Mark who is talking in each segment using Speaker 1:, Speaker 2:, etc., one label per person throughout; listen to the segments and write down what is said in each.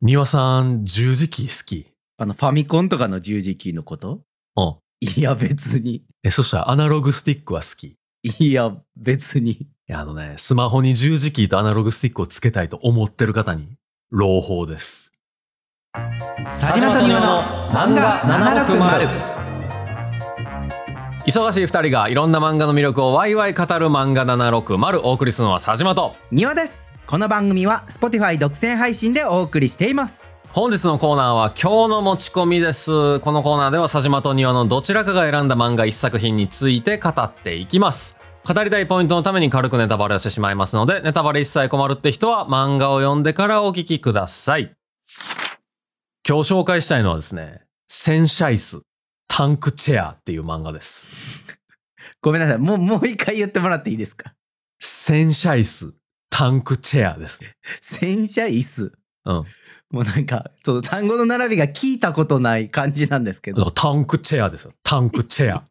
Speaker 1: 庭さん、十字キー好き
Speaker 2: あの、ファミコンとかの十字キーのこと
Speaker 1: うん。
Speaker 2: いや、別に。
Speaker 1: え、そしたらアナログスティックは好きい
Speaker 2: いや、別に。
Speaker 1: や、あのね、スマホに十字キーとアナログスティックをつけたいと思ってる方に、朗報です。
Speaker 2: 佐島と庭の漫画760
Speaker 1: 忙しい二人がいろんな漫画の魅力をワイワイ語る漫画760お送りするのは佐島と。
Speaker 2: 庭です。この番組は Spotify 独占配信でお送りしています。
Speaker 1: 本日のコーナーは今日の持ち込みです。このコーナーでは佐島と庭のどちらかが選んだ漫画一作品について語っていきます。語りたいポイントのために軽くネタバレをしてしまいますので、ネタバレ一切困るって人は漫画を読んでからお聞きください。今日紹介したいのはですね、センシャイス、タンクチェアっていう漫画です。
Speaker 2: ごめんなさい。もう、もう一回言ってもらっていいですか。
Speaker 1: センシャイス、タンクチェアですね。
Speaker 2: 洗車椅子。
Speaker 1: うん。
Speaker 2: もうなんか、その単語の並びが聞いたことない感じなんですけ
Speaker 1: だか
Speaker 2: ど、
Speaker 1: らタンクチェアですよ。タンクチェア。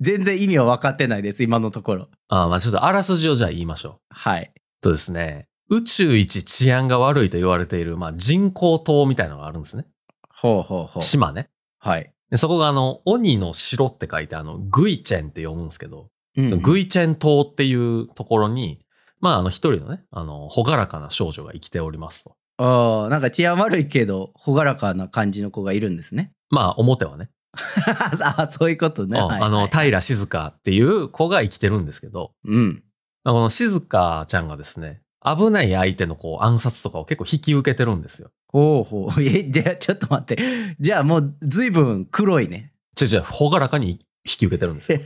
Speaker 2: 全然意味は分かってないです、今のところ。
Speaker 1: あーまあちょっとあらすじをじゃあ言いましょう。
Speaker 2: はい。
Speaker 1: とですね、宇宙一治安が悪いと言われている、まあ、人工島みたいなのがあるんですね。
Speaker 2: ほうほうほう。
Speaker 1: 島ね。
Speaker 2: はい。
Speaker 1: でそこがあの、鬼の城って書いて、あの、グイチェンって読むんですけど、
Speaker 2: うん
Speaker 1: そのグイチェン島っていうところに、まあ、あの、一人のね、あの、ほがらかな少女が生きておりますと。
Speaker 2: ああ、なんか治安悪いけど、朗らかな感じの子がいるんですね。
Speaker 1: まあ、表はね、
Speaker 2: あそういうことね。
Speaker 1: うん
Speaker 2: はい
Speaker 1: あ
Speaker 2: は
Speaker 1: の、
Speaker 2: い
Speaker 1: 平静香っていう子が生きてるんですけど、
Speaker 2: うん。
Speaker 1: まあこの静香ちゃんがですね、危ない相手のこう暗殺とかを結構引き受けてるんですよ。
Speaker 2: ほうほう。え、じゃあちょっと待って。じゃあもう随分黒いね。
Speaker 1: ちょちょ、ほがらかに引き受けてるんですよ。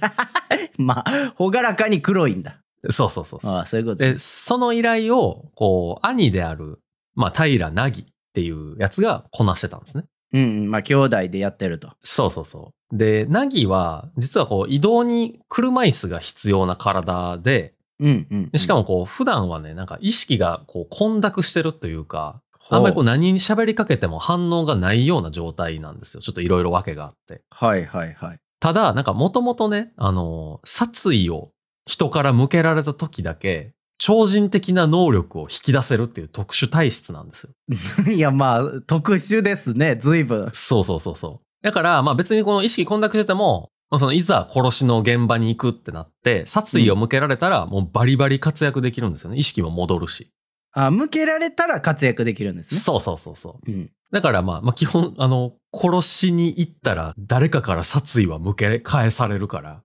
Speaker 2: まあ、朗らかに黒いんだ。
Speaker 1: そうそうそうそう。
Speaker 2: ああ、そういうこと。
Speaker 1: で、その依頼を、こう、兄である、まあ、平なぎっていうやつがこなしてたんですね。
Speaker 2: うんうん。まあ、兄弟でやってると。
Speaker 1: そうそうそう。で、なぎは、実はこう、移動に車椅子が必要な体で、
Speaker 2: うんうん、
Speaker 1: でしか
Speaker 2: も、
Speaker 1: もこう、普段はね、なんか意識がこう、混濁してるというか、
Speaker 2: ほ
Speaker 1: あんまりこう、何に喋りかけても反応がないような状態なんですよ。ちょっといろいろ訳があって。
Speaker 2: はいはいはい。
Speaker 1: ただ、なんかもともとね、あの、殺意を人から向けられた時だけ、超人的な能力を引き出せるっていう特殊体質なんですよ。
Speaker 2: い やまあ特殊ですね随分
Speaker 1: そうそうそうそう。だから、まあ別にこの意識混濁してても、まあそのいざ殺しの現場に行くってなって、殺意を向けられたらもうバリバリ活躍できるんですよね。意識も戻るし。
Speaker 2: あ向けられたら活躍できるんですね
Speaker 1: そうそうそうそう。
Speaker 2: うん、
Speaker 1: だからまあ、まあ基本、あの、殺しに行ったら誰かから殺意は向け返されるから、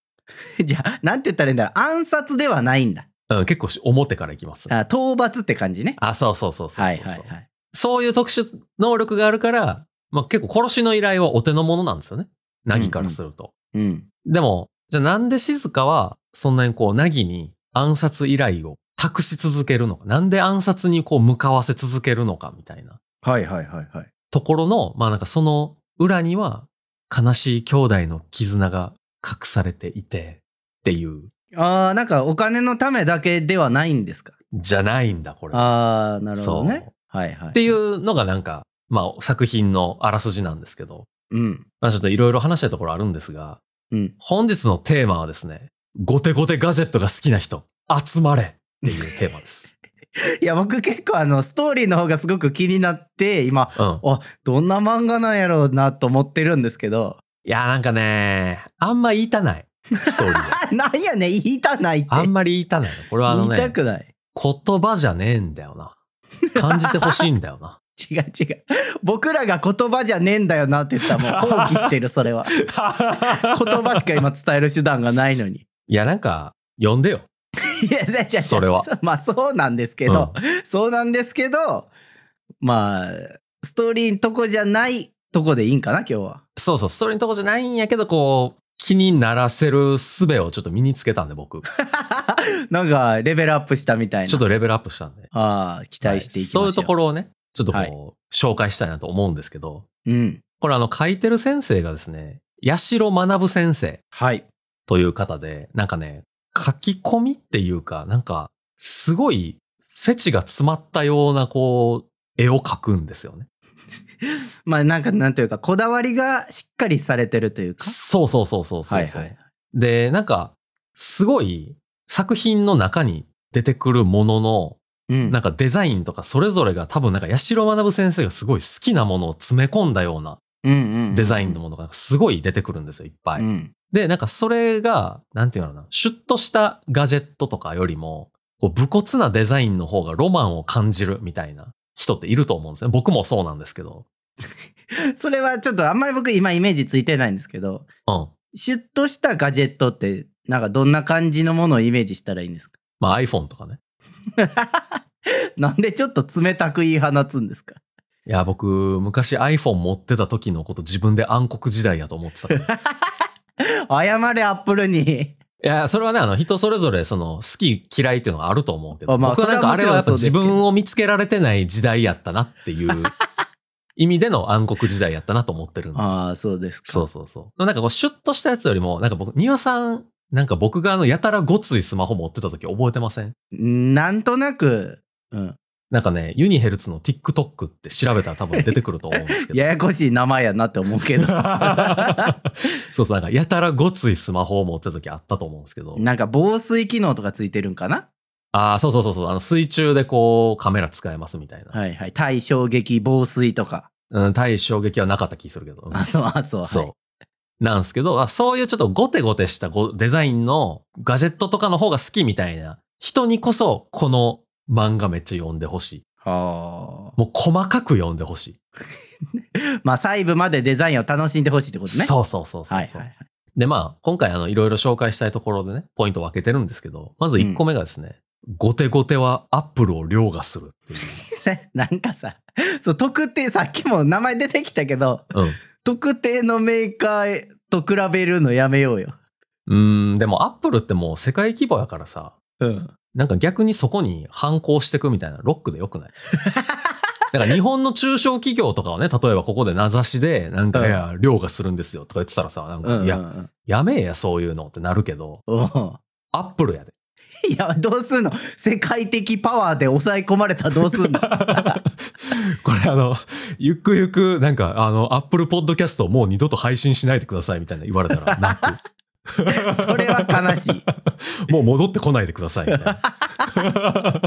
Speaker 2: じゃあなんて言ったらいいんだろう暗殺ではないんだ
Speaker 1: うん、結構し表から行きますね。
Speaker 2: あ討伐って感じね
Speaker 1: あ、そうそうそうそうそうそう。
Speaker 2: はいはいはい
Speaker 1: そういう特殊能力があるから、まあ、結構殺しの依頼はお手の物なんですよね。ナギからすると。
Speaker 2: うん
Speaker 1: でも、じゃあなんで静香はそんなにこう、ナギに暗殺依頼を託し続けるのか。なんで暗殺にこう、向かわせ続けるのかみたいな
Speaker 2: はいはいはいはい
Speaker 1: ところの、まあなんかその裏には悲しい兄弟の絆が隠されていてっていう、
Speaker 2: あーなんかお金のためだけではないんですか
Speaker 1: じゃないんだ、これ。っ
Speaker 2: ああなるほどね
Speaker 1: そう
Speaker 2: はいはいって
Speaker 1: いううのがなんか、まあ作品のあらすじなんですけど、
Speaker 2: うん
Speaker 1: まあちょっといろいろ話したいところあるんですが、
Speaker 2: うん
Speaker 1: 本日のテーマはですね、ゴテゴテガジェットが好きな人、集まれっていうテーマ です。
Speaker 2: いや僕結構あのストーリーの方がすごく気になって今
Speaker 1: うん。
Speaker 2: どんな漫画なんやろうなと思ってるんですけど
Speaker 1: いや、なんかね、あんま言いたない。ストーリー で。
Speaker 2: あなんやねん言いたないって
Speaker 1: あんまり言いたないの。これはあの
Speaker 2: 言いた
Speaker 1: ね、
Speaker 2: くない
Speaker 1: 言葉じゃねえんだよな。感じてほしいんだよ な。
Speaker 2: 違う違う僕らが言葉じゃねえんだよなって言ったら もう放棄してるそれは言葉しか今伝える手段がないのに
Speaker 1: いや、なんか、呼んでよ。
Speaker 2: いやじゃ
Speaker 1: それは
Speaker 2: まあそうなんですけど、そうなんですけどまあストーリーのとこじゃないとこでいいんかな今日は
Speaker 1: そうそう、ストーリーのとこじゃないんやけど、こう、気にならせる術をちょっと身につけたんで、僕。ち
Speaker 2: なんかレベルアップしたみたいな
Speaker 1: ょっとレベルアップしたんで。
Speaker 2: ああ期待していきましょう、
Speaker 1: はいそういうとこ
Speaker 2: ろ
Speaker 1: ろをね、ちょっとこう、
Speaker 2: はい
Speaker 1: 紹介したいなと思うんですけど、
Speaker 2: うん
Speaker 1: これあの書いてる先生がですね、八代学先生
Speaker 2: はい
Speaker 1: という方で、なんかね、書き込みっていうか、なんか、すごいフェチが詰まったような、こう、絵を描くんですよね。
Speaker 2: まあなんかなんというかこだわりがしっかりされてるというか
Speaker 1: そうそうそうそうそうそう、
Speaker 2: はいはい
Speaker 1: で、なんか、すごい作品の中に出てくるものの、
Speaker 2: うん
Speaker 1: なんかデザインとかそれぞれが多分なんか八代学先生がすごい好きなものを詰め込んだようなデザインのものがすごい出てくるんですよ、いっぱい。
Speaker 2: うん
Speaker 1: で、なんかそれが、なんていうのかな、シュッとしたガジェットとかよりも、こう、武骨なデザインの方がロマンを感じるみたいな人っていると思うんですね。僕もそうなんですけど。
Speaker 2: それはちょっとあんまり僕今イメージついてないんですけど
Speaker 1: うん。
Speaker 2: シュッとしたガジェットってなんかどんな感じのものをイメージしたらいいんですか
Speaker 1: まあ iPhone とかね。
Speaker 2: なんでちょっと冷たく言い放つんですか
Speaker 1: いや、僕、昔 iPhone 持ってた時のこと自分で暗黒時代やと思 ってたから。い
Speaker 2: 謝れアップルに
Speaker 1: や、それはね、あの、人それぞれ、その、好き嫌いっていうのがあると思うけど、
Speaker 2: あまあ
Speaker 1: 僕はなんかあれはやっぱ自分を見つけられてない時代やったなっていう意味での暗黒時代やったなと思ってるんで。
Speaker 2: ああそうですか
Speaker 1: そうそうそう。なんかこう、シュッとしたやつよりも、なんか僕、庭さん、なんか僕があの、やたらごついスマホ持ってた時覚えてません
Speaker 2: なんとなく、うん、
Speaker 1: なんかね、ユニヘルツの TikTok って調べたら多分出てくると思うんですけど。
Speaker 2: ややこしい名前やなって思うけど
Speaker 1: そうそう、なんかやたらごついスマホを持ってた時あったと思うんですけど。
Speaker 2: なんか防水機能とかついてるんかな
Speaker 1: ああ、そうそうそうそう、あの、水中でこう、カメラ使えますみたいな。
Speaker 2: はいはい対衝撃防水とか
Speaker 1: うん、対衝撃はなかった気するけど。うん
Speaker 2: あそうあそう
Speaker 1: そう。
Speaker 2: はい
Speaker 1: なんですけど、あそういうちょっとゴテゴテしたごデザインのガジェットとかの方が好きみたいな人にこそ、この漫画めっちゃ読んでほしい。
Speaker 2: は
Speaker 1: もう細かく読んでほし
Speaker 2: あまあ細部までデザインを楽しんでほしいってこ
Speaker 1: い。
Speaker 2: とね
Speaker 1: そうそうそうそうそう。
Speaker 2: はいはいはい
Speaker 1: で、まあ、今回あの、いろいろ紹介したいところでね、ポイントを分けてるんですけど、まず1個目がですね、ゴテゴテはアップルを凌駕するっていう。
Speaker 2: なんかさそう特定さっきも名前出てきたけど
Speaker 1: うん。
Speaker 2: 特定のメーカーと比べるのやめようよ
Speaker 1: うーん、でもアップルってもう世界規模やからさ、
Speaker 2: うん
Speaker 1: なんか逆にそこに反抗してくみたいな、ロックでよくない だから日本の中小企業とかをね、例えばここで名指しで、なんか、
Speaker 2: うん
Speaker 1: いや、凌駕するんですよとか言ってたらさ、なん
Speaker 2: う
Speaker 1: か、
Speaker 2: んうん
Speaker 1: いうや、
Speaker 2: ん
Speaker 1: やめえや、そういうのってなるけど、
Speaker 2: おう
Speaker 1: アップルやで。
Speaker 2: いやどうすんの世界的パワーで抑え込まれたらどうすんの
Speaker 1: これあの、ゆくゆく、なんか、あの、アップルポッドキャストをもう二度と配信しないでくださいみたいな言われたら、泣く。
Speaker 2: それは悲しい
Speaker 1: もう戻ってこないでくださいみたいな。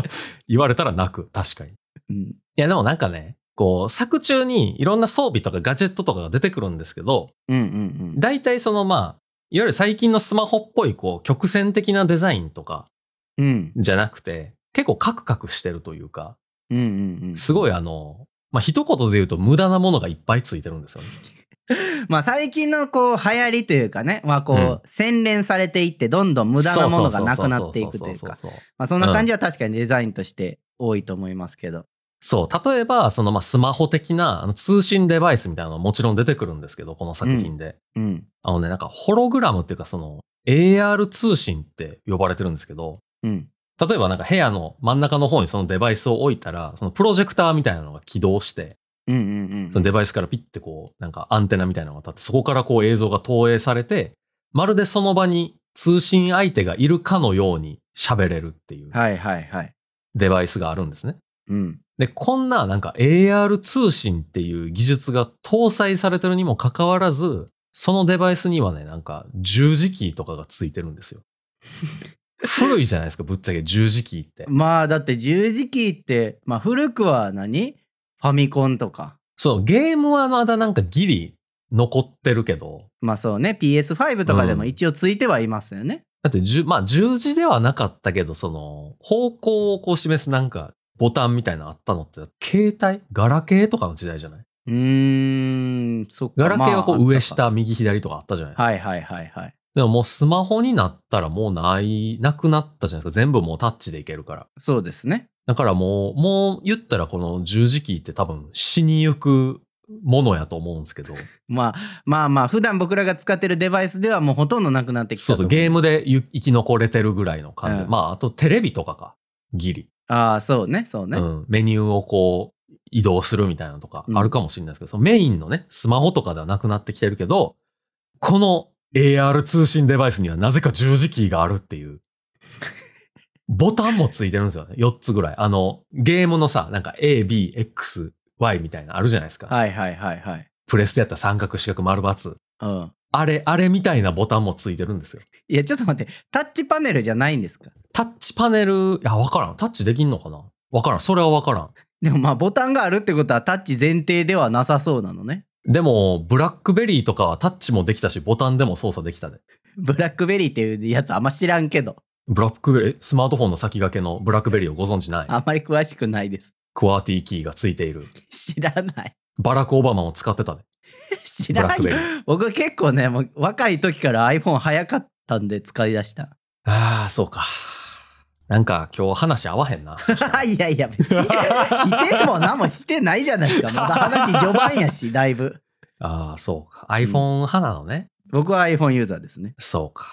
Speaker 1: 言われたら泣く、確かに。
Speaker 2: うん
Speaker 1: いや、でもなんかね、こう、作中にいろんな装備とかガジェットとかが出てくるんですけど、
Speaker 2: うんうん
Speaker 1: 大体そのまあ、いわゆる最近のスマホっぽい、こう、曲線的なデザインとか
Speaker 2: うんうん
Speaker 1: じゃなくて、結構カクカクしてるというか、
Speaker 2: うんうんうん
Speaker 1: すごいあの、まあ、一言で言うと無駄なものがいっぱいついてるんですよね。
Speaker 2: まあ最近のこう流行りというかねまあこう、
Speaker 1: うん
Speaker 2: 洗練されていってどんどん無駄なものがなくなっていくという
Speaker 1: そ
Speaker 2: か
Speaker 1: うそうそうそうそう。
Speaker 2: まあそんな感じは確かにデザインとして多いと思いますけど、
Speaker 1: そう、例えば、そのまあスマホ的なあの通信デバイスみたいなのはもちろん出てくるんですけど、この作品で。
Speaker 2: うん、
Speaker 1: あのね、なんかホログラムっていうかその AR 通信って呼ばれてるんですけど、
Speaker 2: うん
Speaker 1: 例えばなんか部屋の真ん中の方にそのデバイスを置いたら、そのプロジェクターみたいなのが起動して、
Speaker 2: うんうんうん
Speaker 1: そのデバイスからピッてこう、なんかアンテナみたいなのが立って、そこからこう映像が投影されて、まるでその場に通信相手がいるかのように喋れるっていう
Speaker 2: はいはいはい
Speaker 1: デバイスがあるんですね。
Speaker 2: うん
Speaker 1: で、こんななんか AR 通信っていう技術が搭載されてるにもかかわらず、そのデバイスにはね、なんか十字キーとかがついてるんですよ。古いじゃないですか、ぶっちゃけ十字キーって。
Speaker 2: まあだって十字キーって、まあ、古くは何ファミコンとか
Speaker 1: そう、ゲームはまだなんかギリ残ってるけど、
Speaker 2: まあそうね PS5 とかでも
Speaker 1: うん
Speaker 2: 一応ついてはいますよね、
Speaker 1: だって十、まあ十字ではなかったけど、その方向をこう示すなんかボタンみたいなのあったのって、携帯ガラケーとかの時代じゃないう
Speaker 2: ーんそっか
Speaker 1: ガラケーはこ
Speaker 2: まあ
Speaker 1: う上
Speaker 2: あっ
Speaker 1: 下右左とかあったじゃないですか
Speaker 2: たかはいはいはいはい
Speaker 1: でももうスマホになったらもうない、なくなったじゃないですか。全部もうタッチでいけるから。
Speaker 2: そうですね
Speaker 1: だからもう、もう言ったらこの十字キーって多分死にゆくものやと思うんですけど。
Speaker 2: まあまあまあ普段僕らが使ってるデバイスではもうほとんどなくなってきた
Speaker 1: そうそう、ゲームでゆ生き残れてるぐらいの感じ。
Speaker 2: うん
Speaker 1: まあ、あとテレビとかか。ギリ。
Speaker 2: ああそうねそうね、
Speaker 1: うん。メニューをこう、移動するみたいなのとかあるかもしれないですけど、そのメインのね、スマホとかではなくなってきてるけど、この AR 通信デバイスにはなぜか十字キーがあるっていう。ボタンもついてるんですよね。4つぐらい。あの、ゲームのさ、なんか A、B、X、Y みたいなのあるじゃないですか。
Speaker 2: はいはいはいはい
Speaker 1: プレスでやったら三角、四角、丸、×。
Speaker 2: うん
Speaker 1: あれ、あれみたいなボタンもついてるんですよ。
Speaker 2: いやちょっと待ってタッチパネルじゃないんですか
Speaker 1: タッチパネル、いや、わからん。タッチできんのかなわからん。それはわからん。
Speaker 2: でもまあボタンがあるってことはタッチ前提ではなさそうなのね。
Speaker 1: でも、ブラックベリーとかはタッチもできたし、ボタンでも操作できたで。
Speaker 2: ブラックベリーっていうやつあんま知らんけど、
Speaker 1: ブラックベリー、スマートフォンの先駆けのブラックベリーをご存知ない。
Speaker 2: あんまり詳しくないです。
Speaker 1: クワーティーキーがついている。
Speaker 2: 知らない。
Speaker 1: バラク・オバマも使ってたで。
Speaker 2: 知
Speaker 1: ブラ
Speaker 2: らな
Speaker 1: ッ
Speaker 2: い
Speaker 1: クベリー。
Speaker 2: 僕結構ね、もう若い時から iPhone 早かったんで使い出した。
Speaker 1: ああ、そうか。なんか今日話合わへん な。そしたら
Speaker 2: いやいや、別に。否定も何もしてないじゃな いですか。まだ話序盤やし、だいぶ。
Speaker 1: ああ、そうか。iPhone 派なのね。
Speaker 2: 僕は iPhone ユーザーですね。
Speaker 1: そうか。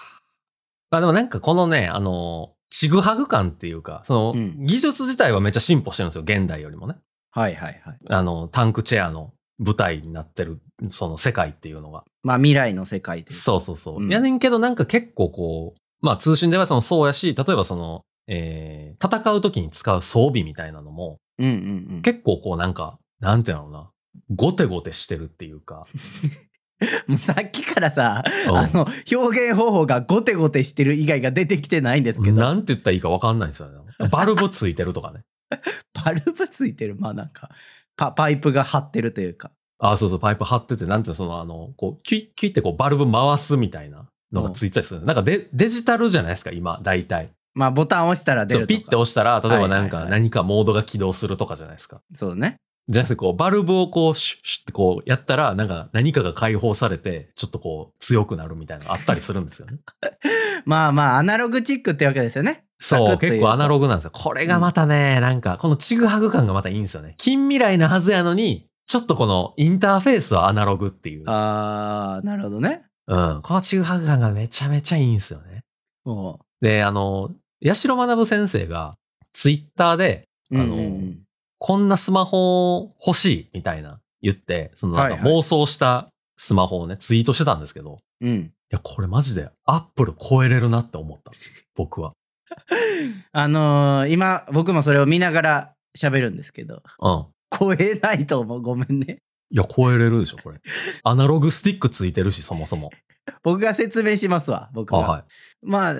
Speaker 1: まあでもなんかこのね、あの、ちぐはぐ感っていうか、その、
Speaker 2: うん
Speaker 1: 技術自体はめっちゃ進歩してるんですよ。現代よりもね。
Speaker 2: はいはいはい。
Speaker 1: あの、タンクチェアの舞台になってる、その世界っていうのが。
Speaker 2: まあ未来の世界で。
Speaker 1: そうそうそう。
Speaker 2: うん
Speaker 1: やねんけどなんか結構こう、まあ通信デバイスもそうやし、例えばその、えー戦う時に使う装備みたいなのも、
Speaker 2: うんうんうん。
Speaker 1: 結構こうなんか、なんていうのな、ゴテゴテしてるっていう か、
Speaker 2: もう さっきからさ、
Speaker 1: うん
Speaker 2: あの、表現方法がゴテゴテしてる以外が出てきてないんですけど、
Speaker 1: なんて言ったらいいかわかんないんですよね。バルブついてるとかね。
Speaker 2: バルブついてる、まあなんか、パパイプが張ってるというか。
Speaker 1: あ、そうそう、パイプ張ってて、なんていうのその、あの、こう、キュイッキュイってこう、バルブ回すみたいなのがついてたりするんですなんかデデジタルじゃないですか、今、大体。
Speaker 2: まあボタン押したら出
Speaker 1: そ
Speaker 2: る
Speaker 1: う、
Speaker 2: とか。
Speaker 1: ピッて押したら、例えばなん
Speaker 2: はいはい
Speaker 1: か
Speaker 2: はい
Speaker 1: 何かモードが起動するとかじゃないですか。
Speaker 2: そうね。
Speaker 1: じゃなくて、こう、バルブをこう、シュッシュッってこう、やったら、なんか何かが解放されて、ちょっとこう、強くなるみたいなのあったりするんですよね。
Speaker 2: まあまあ、アナログチックってわけですよね。
Speaker 1: そう、結構アナ
Speaker 2: ロ
Speaker 1: ログなんですよ。これがまたね、なんか、このちぐはぐ感がまたいいんですよね。近未来なはずやのに、ちょっとこのインターフェースはアナログっていう。
Speaker 2: あー、なるほどね。
Speaker 1: うん。このちぐはぐ感がめちゃめちゃいいんですよね。
Speaker 2: おう
Speaker 1: で、あの、八代学先生が、ツイッターで、あの
Speaker 2: うんうんうん
Speaker 1: こんなスマホ欲しいみたいな言って、そのなん
Speaker 2: はい
Speaker 1: か
Speaker 2: はい
Speaker 1: 妄想したスマホをね、ツイートしてたんですけど、
Speaker 2: うん。
Speaker 1: いや、これマジでアップル超えれるなって思った。僕は。
Speaker 2: あのー今、僕もそれを見ながら喋るんですけど、
Speaker 1: うん。
Speaker 2: 超えないと思う。ごめんね。
Speaker 1: いや、超えれるでしょ、こ れ。アナログスティックついてるし、そもそも。
Speaker 2: 僕が説明しますわ、僕
Speaker 1: あ
Speaker 2: が。
Speaker 1: はい。
Speaker 2: ま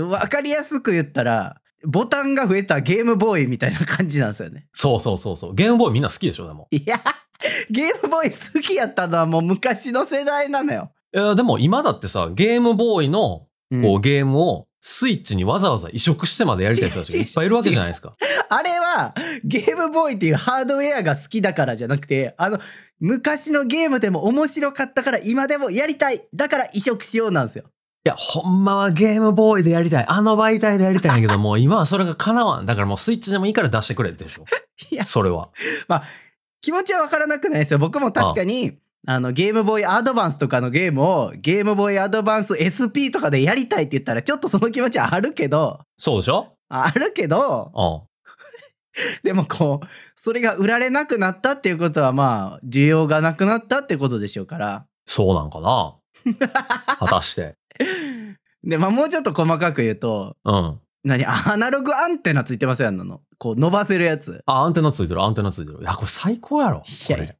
Speaker 2: あ、わかりやすく言ったら、ボタンが増えたゲームボーイみたいな感じなんですよね。
Speaker 1: そうそうそうそう。ゲームボーイみんな好きでしょ、でも。
Speaker 2: いや、ゲームボーイ好きやったのはもう昔の世代なのよ。
Speaker 1: いや、でも今だってさ、ゲームボーイのこうゲームをスイッチにわざわざ移植してまでやりたい人た ちがいっぱいいるわけじゃないですか。
Speaker 2: あれは、ゲームボーイっていうハードウェアが好きだからじゃなくて、あの、昔のゲームでも面白かったから今でもやりたい。だから移植しようなんですよ。
Speaker 1: いや、ほんまはゲームボーイでやりたい。あの媒体でやりたいんやけど、もう今はそれが叶わん。だからもうスイッチでもいいから出してくれってでしょ。
Speaker 2: いや
Speaker 1: それは。
Speaker 2: 気持ちはわからなくないですよ。僕も確かに、あの、ゲームボーイアドバンスとかのゲームを、ゲームボーイアドバンス SP とかでやりたいって言ったら、ちょっとその気持ちはあるけど、
Speaker 1: そうでしょ
Speaker 2: あるけど、
Speaker 1: うん。
Speaker 2: でもこう、それが売られなくなったっていうことは、まあ、需要がなくなったってことでしょうから。
Speaker 1: そうなんか な果たして。
Speaker 2: で、まあ、もうちょっと細かく言うと、
Speaker 1: うん。
Speaker 2: 何アナログアンテナついてますやんなの。こう、伸ばせるやつ。
Speaker 1: あ、アンテナついてる、アンテナついてる。いや、これ最高やろ。
Speaker 2: いやいや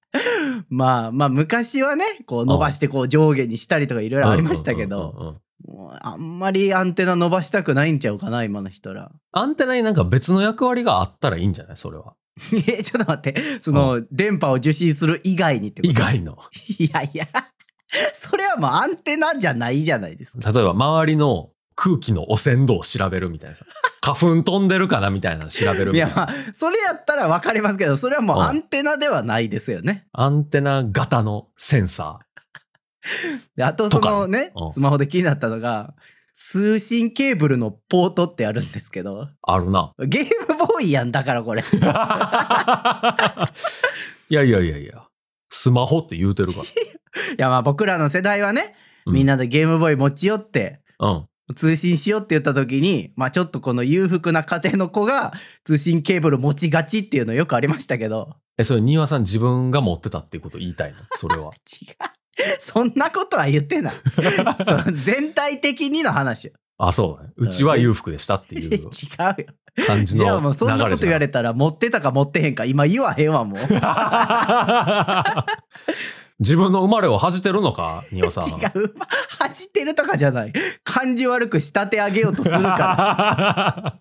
Speaker 2: まあ、まあ、昔はね、こう、伸ばして、こう、上下にしたりとかいろい
Speaker 1: これ
Speaker 2: ろありましたけ
Speaker 1: うんうん
Speaker 2: ど、
Speaker 1: うんうん
Speaker 2: もうあんまりアンテナ伸ばしたくないんちゃうかな、今の人ら。
Speaker 1: アンテナになんか別の役割があったらいいんじゃないそれは。
Speaker 2: え、ちょっと待って、その、電波を受信する以外にってこと
Speaker 1: 以外の。
Speaker 2: い やいや、それはもうアンテナじゃないじゃないですか。
Speaker 1: 例えば周りの空気の汚染度を調べるみたいなさ。花粉飛んでるかなみたいなの調べる
Speaker 2: い
Speaker 1: みたい
Speaker 2: や
Speaker 1: な。
Speaker 2: まあそれやったら分かりますけどそれはもう
Speaker 1: うん
Speaker 2: アンテナではないですよね。
Speaker 1: アンテナ型のセンサ
Speaker 2: であとそのね
Speaker 1: とかねうん
Speaker 2: スマホで気になったのが通信ケーブルのポートってあるんですけど
Speaker 1: ーある な。
Speaker 2: ゲームボーイやんだからこれ
Speaker 1: いやいやいやいや。スマホって言うてるか
Speaker 2: いやまあ僕らの世代はね
Speaker 1: うん
Speaker 2: みんなでゲームボーイ持ち寄って
Speaker 1: ら。うん。
Speaker 2: 通信しようって言った時にまあちょっとこの裕福な家庭の子が通信ケーブル持ちがちっていうのよくありましたけど
Speaker 1: え、それ、新輪さん自分が持ってたっていうこと言いたいのそれは。
Speaker 2: 違うそんなことは言ってないそう全体的にの話よ
Speaker 1: あ、そうだね。うちは裕福でしたって
Speaker 2: 違
Speaker 1: いう
Speaker 2: うよ
Speaker 1: 感じ
Speaker 2: じゃあも
Speaker 1: の
Speaker 2: うそんな
Speaker 1: 流
Speaker 2: こ
Speaker 1: れ
Speaker 2: と
Speaker 1: じ
Speaker 2: 言
Speaker 1: ゃ
Speaker 2: わ
Speaker 1: ない
Speaker 2: れたら持ってたか持ってへんか今言わへんわもう違
Speaker 1: 自分の生まれを恥じてるのか、丹羽さん。。
Speaker 2: う恥じてるとかじゃない感じ悪く仕立て上げようとするから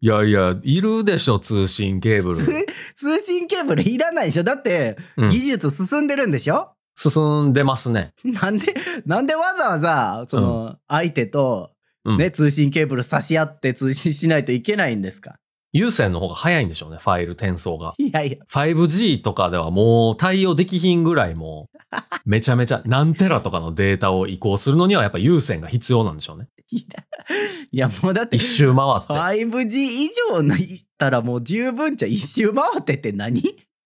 Speaker 1: いやいや、いるでしょ、通信ケーブル。
Speaker 2: 通通信ケーブルいらないでしょだって
Speaker 1: うん
Speaker 2: 技術進んでるんでしょ、
Speaker 1: 進んでますね。
Speaker 2: なんでなんでわざわざその相手と、
Speaker 1: うん
Speaker 2: ね、通信ケーブル差し合って通信しないといけないんですか
Speaker 1: 有線の方が早いんでしょうね、ファイル転送が。
Speaker 2: いやいや
Speaker 1: 5G とかではもう対応できひんぐらいもう、めちゃめちゃ何テラとかのデータを移行するのにはやっぱ有線が必要なんでしょうね。
Speaker 2: いやもうだって
Speaker 1: 一周回って。
Speaker 2: 5G 以上ないったらもう十分じゃん一周回ってって何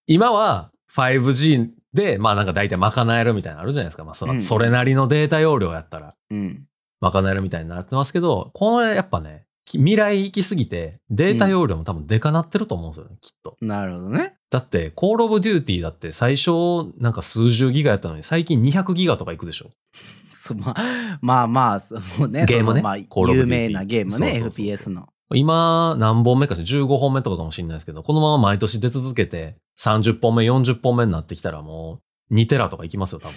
Speaker 1: 今は 5G で、まあなんか大体賄えるみたいなのあるじゃないですか。まあそ,、
Speaker 2: うん
Speaker 1: それなりのデータ容量やったら
Speaker 2: うん
Speaker 1: 賄えるみたいになってますけど、これやっぱね、き未来行きすぎてデータ容量も多分デカなってると思うんですよね、きっと。
Speaker 2: なるほどね
Speaker 1: だって、コールオブデューティーだって最初なんか数十ギガやったのに最近200ギガとかいくでしょ。
Speaker 2: そまあまあまあそうね
Speaker 1: ゲームね
Speaker 2: そのまあ、
Speaker 1: Call of Duty
Speaker 2: 有名なゲー
Speaker 1: そ
Speaker 2: ムね
Speaker 1: うそうそうそう
Speaker 2: FPS の
Speaker 1: 今、何本目かし15本目とかかもしれないですけど、このまま毎年出続けて、30本目、40本目になってきたらもう、2テラとかいきますよ、多分。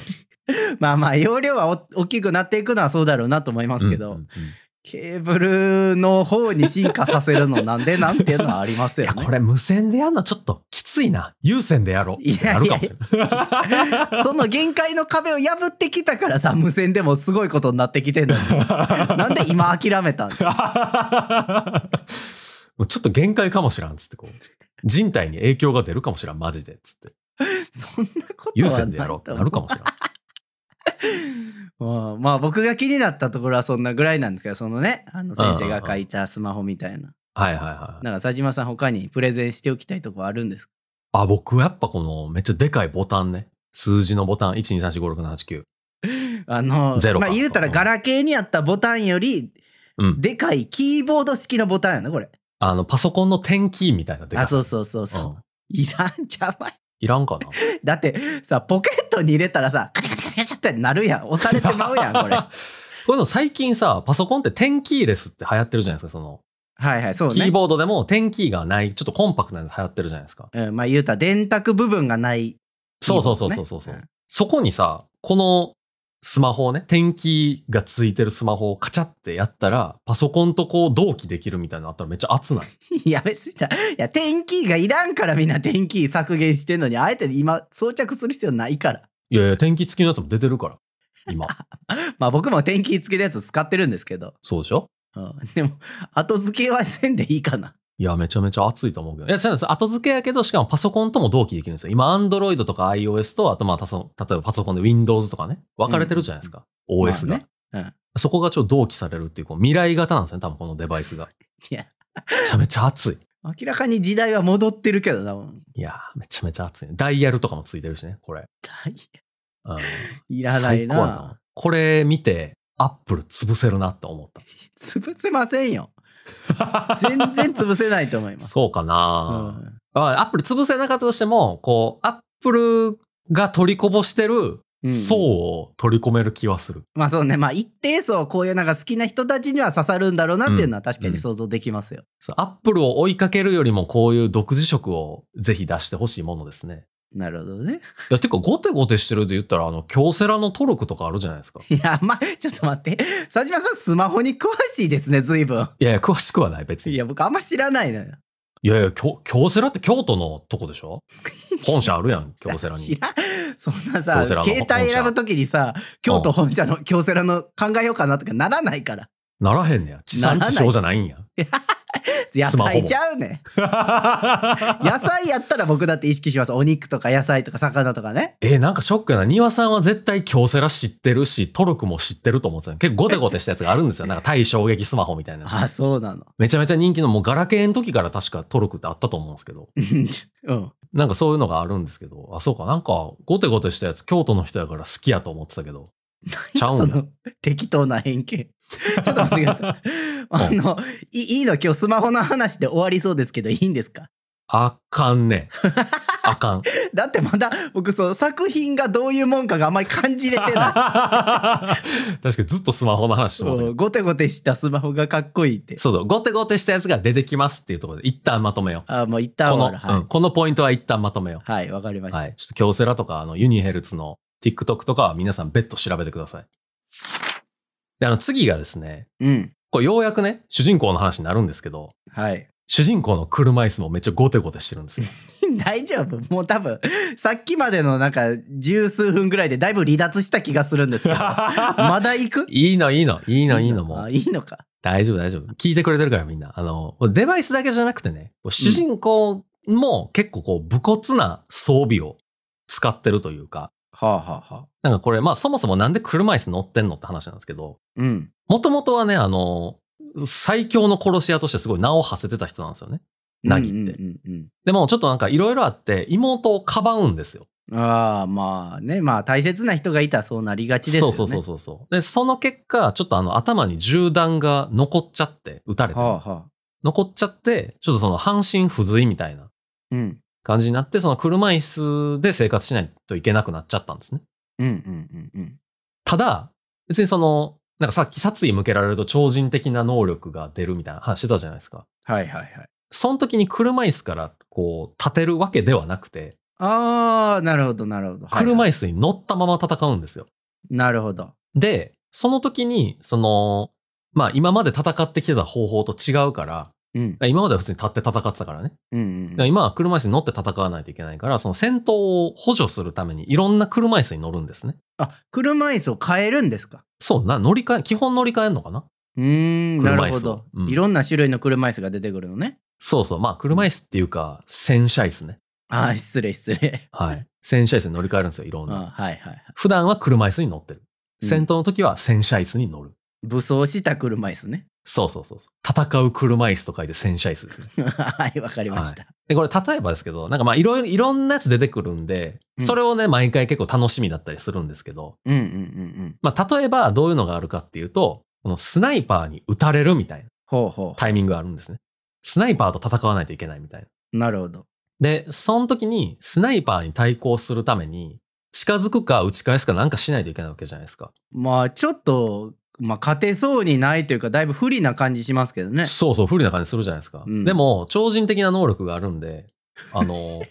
Speaker 2: まあまあ容量はお大きくなっていくのはそうだろうなと思いますけ
Speaker 1: うん
Speaker 2: ど、
Speaker 1: うんうん
Speaker 2: ケーブルの方に進化させるのなんでなんていうのはあります
Speaker 1: い
Speaker 2: よ
Speaker 1: や、
Speaker 2: ね。
Speaker 1: これ無線でやんのちょっときついな。有線でやろう。
Speaker 2: いや
Speaker 1: ない
Speaker 2: や
Speaker 1: る
Speaker 2: いや
Speaker 1: かもしれない。
Speaker 2: その限界の壁を破ってきたからさ無線でもすごいことになってきて んのに なんで今諦めたん
Speaker 1: もうちょっと限界かもしらんっつってこう。人体に影響が出るかもしらん、マジで。っつって。
Speaker 2: そんなこと
Speaker 1: 有
Speaker 2: はない
Speaker 1: 線でやろうってなるかもしらん。
Speaker 2: うんまあ僕が気になったところはそんなぐらいなんですけどそのねあの先生が書いたスマホみたいな。
Speaker 1: はいはいはい。
Speaker 2: だから佐島さん他にプレゼンしておきたいところあるんですか
Speaker 1: あ、僕やっぱこのめっちゃでかいボタンね。数字のボタン。123456789。
Speaker 2: あの
Speaker 1: ゼロ
Speaker 2: ま
Speaker 1: か
Speaker 2: あ言うたらガラケーにあったボタンより
Speaker 1: うん。
Speaker 2: でかいキーボード式のボタンやなこれ。
Speaker 1: あの、パソコンの点キーみたいなでかい
Speaker 2: あそうそうそうそう。
Speaker 1: うん
Speaker 2: いらん邪魔
Speaker 1: いらん かな。
Speaker 2: だってさポケットに入れたらさカチャカチャカチャカチャってなるやん押されてまうやん これ
Speaker 1: こういうの最近さ、パソコンって点キーレスって流行ってるじゃないですか、その。
Speaker 2: はいはいそうね
Speaker 1: キーボードでも点キーがない、ちょっとコンパクトなの流行ってるじゃないですか。
Speaker 2: うん、まあ言うたら電卓部分がない キー
Speaker 1: そ
Speaker 2: ボ
Speaker 1: う
Speaker 2: ード
Speaker 1: そ
Speaker 2: ね
Speaker 1: うそうそうそう。そこにさ、このスマホをね、点キーがついてるスマホをカチャってやったら、パソコンとこう同期できるみたいなのあったらめっちゃ熱ない。
Speaker 2: いや別にさいや天キーがいらんからみんな天キー削減してんのにあえて今装着する必要ないから
Speaker 1: いやいや、点キー付きのやつも出てるから。 今。
Speaker 2: まあ僕も天キー付きのやつ使ってるんですけど、
Speaker 1: そうでしょ
Speaker 2: うん、でも後付けはせんでいいかない
Speaker 1: や、めちゃめちゃ熱いと思うけど。いや、違うんです。後付けやけど、しかもパソコンとも同期できるんですよ。今、Android とか iOS と、あとまあ、たそ例えばパソコンで Windows とかね、分かれてるじゃないですか。OS が、
Speaker 2: まあねうん
Speaker 1: そこがちょっと同期されるっていう、こう未来型なんですよね、多分このデバイスが。
Speaker 2: いや
Speaker 1: めちゃめちゃ熱い。
Speaker 2: 明らかに時代は戻ってるけどなもん
Speaker 1: いやー、めちゃめちゃ熱い、ね。ダイヤルとかもついてるしね、これ。うん、
Speaker 2: い
Speaker 1: い
Speaker 2: らない
Speaker 1: 最高や
Speaker 2: な
Speaker 1: な。これ見て、アップル潰せるなって思っ
Speaker 2: 潰せませんよ
Speaker 1: た。
Speaker 2: 全然潰せないと思いま す
Speaker 1: そうか
Speaker 2: う
Speaker 1: な、
Speaker 2: ん
Speaker 1: あアップル潰せなかったとしても、こう、アップルが取りこぼしてる
Speaker 2: うん
Speaker 1: 層を取り込める気はする。
Speaker 2: まあそうねまあ一定層こういうなんか好きな人たちには刺さるんだろうなっていうのは確かに想像できますよ、
Speaker 1: そうアップルを追いかけるよりも、こういう独自色をぜひ出してほしいものですね。
Speaker 2: なるほどね
Speaker 1: いや、てか、ゴテゴテしてるって言ったら、あの、京セラのトルクとかあるじゃないですか。
Speaker 2: いやまあちょっと待って佐島さんスマホに詳しいですね随分
Speaker 1: いやいや、詳しくはない、別に。
Speaker 2: い
Speaker 1: いや
Speaker 2: や僕あんま知らないのよ
Speaker 1: いや、京京セラって京都のとこでし ょ本社あるやん、京セラ
Speaker 2: 知
Speaker 1: に。
Speaker 2: らんそんな
Speaker 1: 京
Speaker 2: さ
Speaker 1: セラの
Speaker 2: 携帯選ぶときにさ京都本社の京セラの考えようかなとかならないから
Speaker 1: ならへんねや。地産地消じゃないんや。
Speaker 2: 野
Speaker 1: スマホ
Speaker 2: 菜
Speaker 1: も
Speaker 2: ちゃ うね
Speaker 1: いや
Speaker 2: 野菜やったら僕だって意識しますお肉とか野菜とか魚とかね
Speaker 1: えーなんかショックやな。庭さんは絶対京セラ知ってるし、トルクも知ってると思ってたの結構ゴテゴテしたやつがあるんですよ。なんか対衝撃スマホみたいなやつ。
Speaker 2: あそうなの
Speaker 1: めちゃめちゃ人気の、もうガラケーの時から確かトルクってあったと思うんですけど。
Speaker 2: うんうん
Speaker 1: なんかそういうのがあるんですけど。あ、そうか。なんかゴテゴテしたやつ、京都の人やから好きやと思ってたけ ど。ちゃう
Speaker 2: そ
Speaker 1: んや。
Speaker 2: の適当 な偏見ちょっと待ってくださいあのいいいの今日スマホの話で終わりそうですけどいいんですか
Speaker 1: あかんね。あかん。
Speaker 2: だってまだ僕その作品がどういうもんかがあんまり感じれてない
Speaker 1: 確かにずっとスマホの話してもらって
Speaker 2: うんゴテゴテしたスマホがかっこいいって
Speaker 1: そうそう、ゴテゴテしたやつが出てきますっていうところで、一旦まとめよう。
Speaker 2: あもう一旦
Speaker 1: この、
Speaker 2: 終わるはい、
Speaker 1: うんこのポイントは一旦まとめよ
Speaker 2: はい、わかりま
Speaker 1: う。
Speaker 2: した。
Speaker 1: はい。ちょっと京セラとか、あの、ユニヘルツの TikTok とかは皆さん別途調べてください。で、あの、次がですね、
Speaker 2: うん。
Speaker 1: これようやくね、主人公の話になるんですけど、
Speaker 2: はい。
Speaker 1: 主人公の車椅子もめっちゃゴテゴテしてるんですよ。
Speaker 2: 大丈夫もう多分、さっきまでのなんか、十数分ぐらいでだいぶ離脱した気がするんですけ ど。まだ行く
Speaker 1: いいのいいのいいのいいのも
Speaker 2: あ
Speaker 1: う
Speaker 2: いいのか。
Speaker 1: 大丈夫大丈夫聞いてくれてるからみんなあのデバイスだけじゃなくてね主人公も結構こう武骨な装備を使ってるというか
Speaker 2: はあはあはあ。
Speaker 1: なんかこれまあそもそもなんで車椅子乗ってんのって話なんですけど
Speaker 2: うん。
Speaker 1: もともとはねあの最強の殺し屋としてすごい名を馳せてた人なんですよねなぎって
Speaker 2: うんうん
Speaker 1: でもちょっとなんかいろいろあって妹をかばうんですよ
Speaker 2: うんああ、まあね、まあ大切な人がいたらそうなりがちですよ
Speaker 1: そ
Speaker 2: ね。
Speaker 1: うそうそうそうそう。で、その結果、ちょっとあの頭に銃弾が残っちゃって、撃たれて、
Speaker 2: はあはあ。
Speaker 1: 残っちゃって、ちょっとその半身不随みたいな
Speaker 2: うん。
Speaker 1: 感じになって、その車椅子で生活しないといけなくなっちゃったんですね。
Speaker 2: うんうんうんうん。
Speaker 1: ただ、別にその、なんかさっき殺意向けられると超人的な能力が出るみたいな話してたじゃないですか。
Speaker 2: はいはいはい。
Speaker 1: その時に車椅子からこう立てるわけではなくて、
Speaker 2: ああ、なるほどなるほど。はいはい
Speaker 1: 車椅子に乗ったまま戦うんですよ。
Speaker 2: なるほど。
Speaker 1: で、その時に、その、まあ今まで戦ってきてた方法と違うから、
Speaker 2: うん。
Speaker 1: 今までは普通に立って戦ってたからね。
Speaker 2: うん
Speaker 1: だか
Speaker 2: うん
Speaker 1: ら
Speaker 2: うん。
Speaker 1: 今は車椅子に乗って戦わないといけないから、その戦闘を補助するためにいろんな車椅子に乗るんですね。
Speaker 2: あ、車椅子を変えるんですか
Speaker 1: そうな、乗り換え、基本乗り換えるのかな
Speaker 2: うーん、な
Speaker 1: 車
Speaker 2: る
Speaker 1: 椅子
Speaker 2: ほ
Speaker 1: を
Speaker 2: ど、
Speaker 1: うん
Speaker 2: いろんな種類の車椅子が出てくるのね。
Speaker 1: そうそう、まあ車椅子っていうか、戦車椅子ね。
Speaker 2: ああ、失礼失礼。
Speaker 1: はい。戦車椅子に乗り換えるんですよ、いろんな。
Speaker 2: あーはいはいはい。
Speaker 1: 普段は車椅子に乗ってる。
Speaker 2: うん
Speaker 1: 戦闘の時は戦車椅子に乗る。
Speaker 2: 武装した車椅子ね。
Speaker 1: そうそうそうそう。戦う車椅子と書いて戦車椅子ですね。
Speaker 2: はい、わかりました。
Speaker 1: で、これ例えばですけど、なんかまあいろいろ、いろんなやつ出てくるんで、
Speaker 2: うん
Speaker 1: それをね、毎回結構楽しみだったりするんですけど、
Speaker 2: うんうんうんうん。
Speaker 1: まあ、例えばどういうのがあるかっていうと、このスナイパーに撃たれるみたいな
Speaker 2: ほうほ
Speaker 1: タイミングがあるんですね。スナイパーと戦わないといけないみたいな。
Speaker 2: う。なるほど。
Speaker 1: で、その時にスナイパーに対抗するために、近づくか打ち返すかなんかしないといけないわけじゃないですか。
Speaker 2: まあ、ちょっと、まあ、勝てそうにないというか、だいぶ不利な感じしますけどね。
Speaker 1: そうそう、不利な感じするじゃないですか。
Speaker 2: うん
Speaker 1: でも、超人的な能力があるんで、あ の、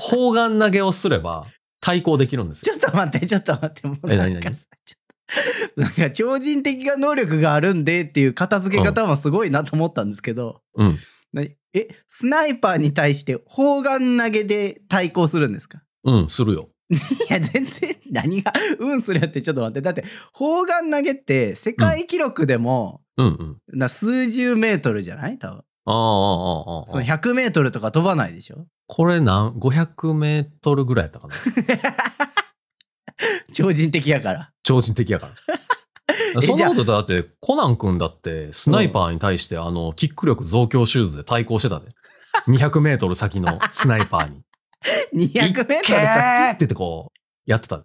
Speaker 1: 砲丸投げをすれば対抗できるんです
Speaker 2: ち
Speaker 1: よ。
Speaker 2: ょっと待って、ちょっと待って、もう
Speaker 1: え
Speaker 2: なん
Speaker 1: 何
Speaker 2: か
Speaker 1: 何
Speaker 2: さ、ちょっと。なんか超人的な能力があるんでっていう片付け方もすごいなと思ったんですけど、
Speaker 1: うん。
Speaker 2: なえスナイパーに対して砲丸投げで対抗するんですか
Speaker 1: うん、するよ。
Speaker 2: いや、全然、何が、うん、それやって、ちょっと待って。だって、砲丸投げって、世界記録でも、
Speaker 1: うんうん。
Speaker 2: な数十メートルじゃない多
Speaker 1: ああ、
Speaker 2: 分。
Speaker 1: ああ、ああ
Speaker 2: その
Speaker 1: ああ。
Speaker 2: 100メートルとか飛ばないでしょ
Speaker 1: これなん、500メートルぐらいやったかな。
Speaker 2: 超人的やから。
Speaker 1: 超人的やから。
Speaker 2: え
Speaker 1: そんなことだって、コナン君だって、スナイパーに対して、あの、キック力増強シューズで対抗してたで。200メートル先のスナイパーに。
Speaker 2: 200メートル
Speaker 1: いっけーって
Speaker 2: 先。
Speaker 1: 言ってこう、やってたで。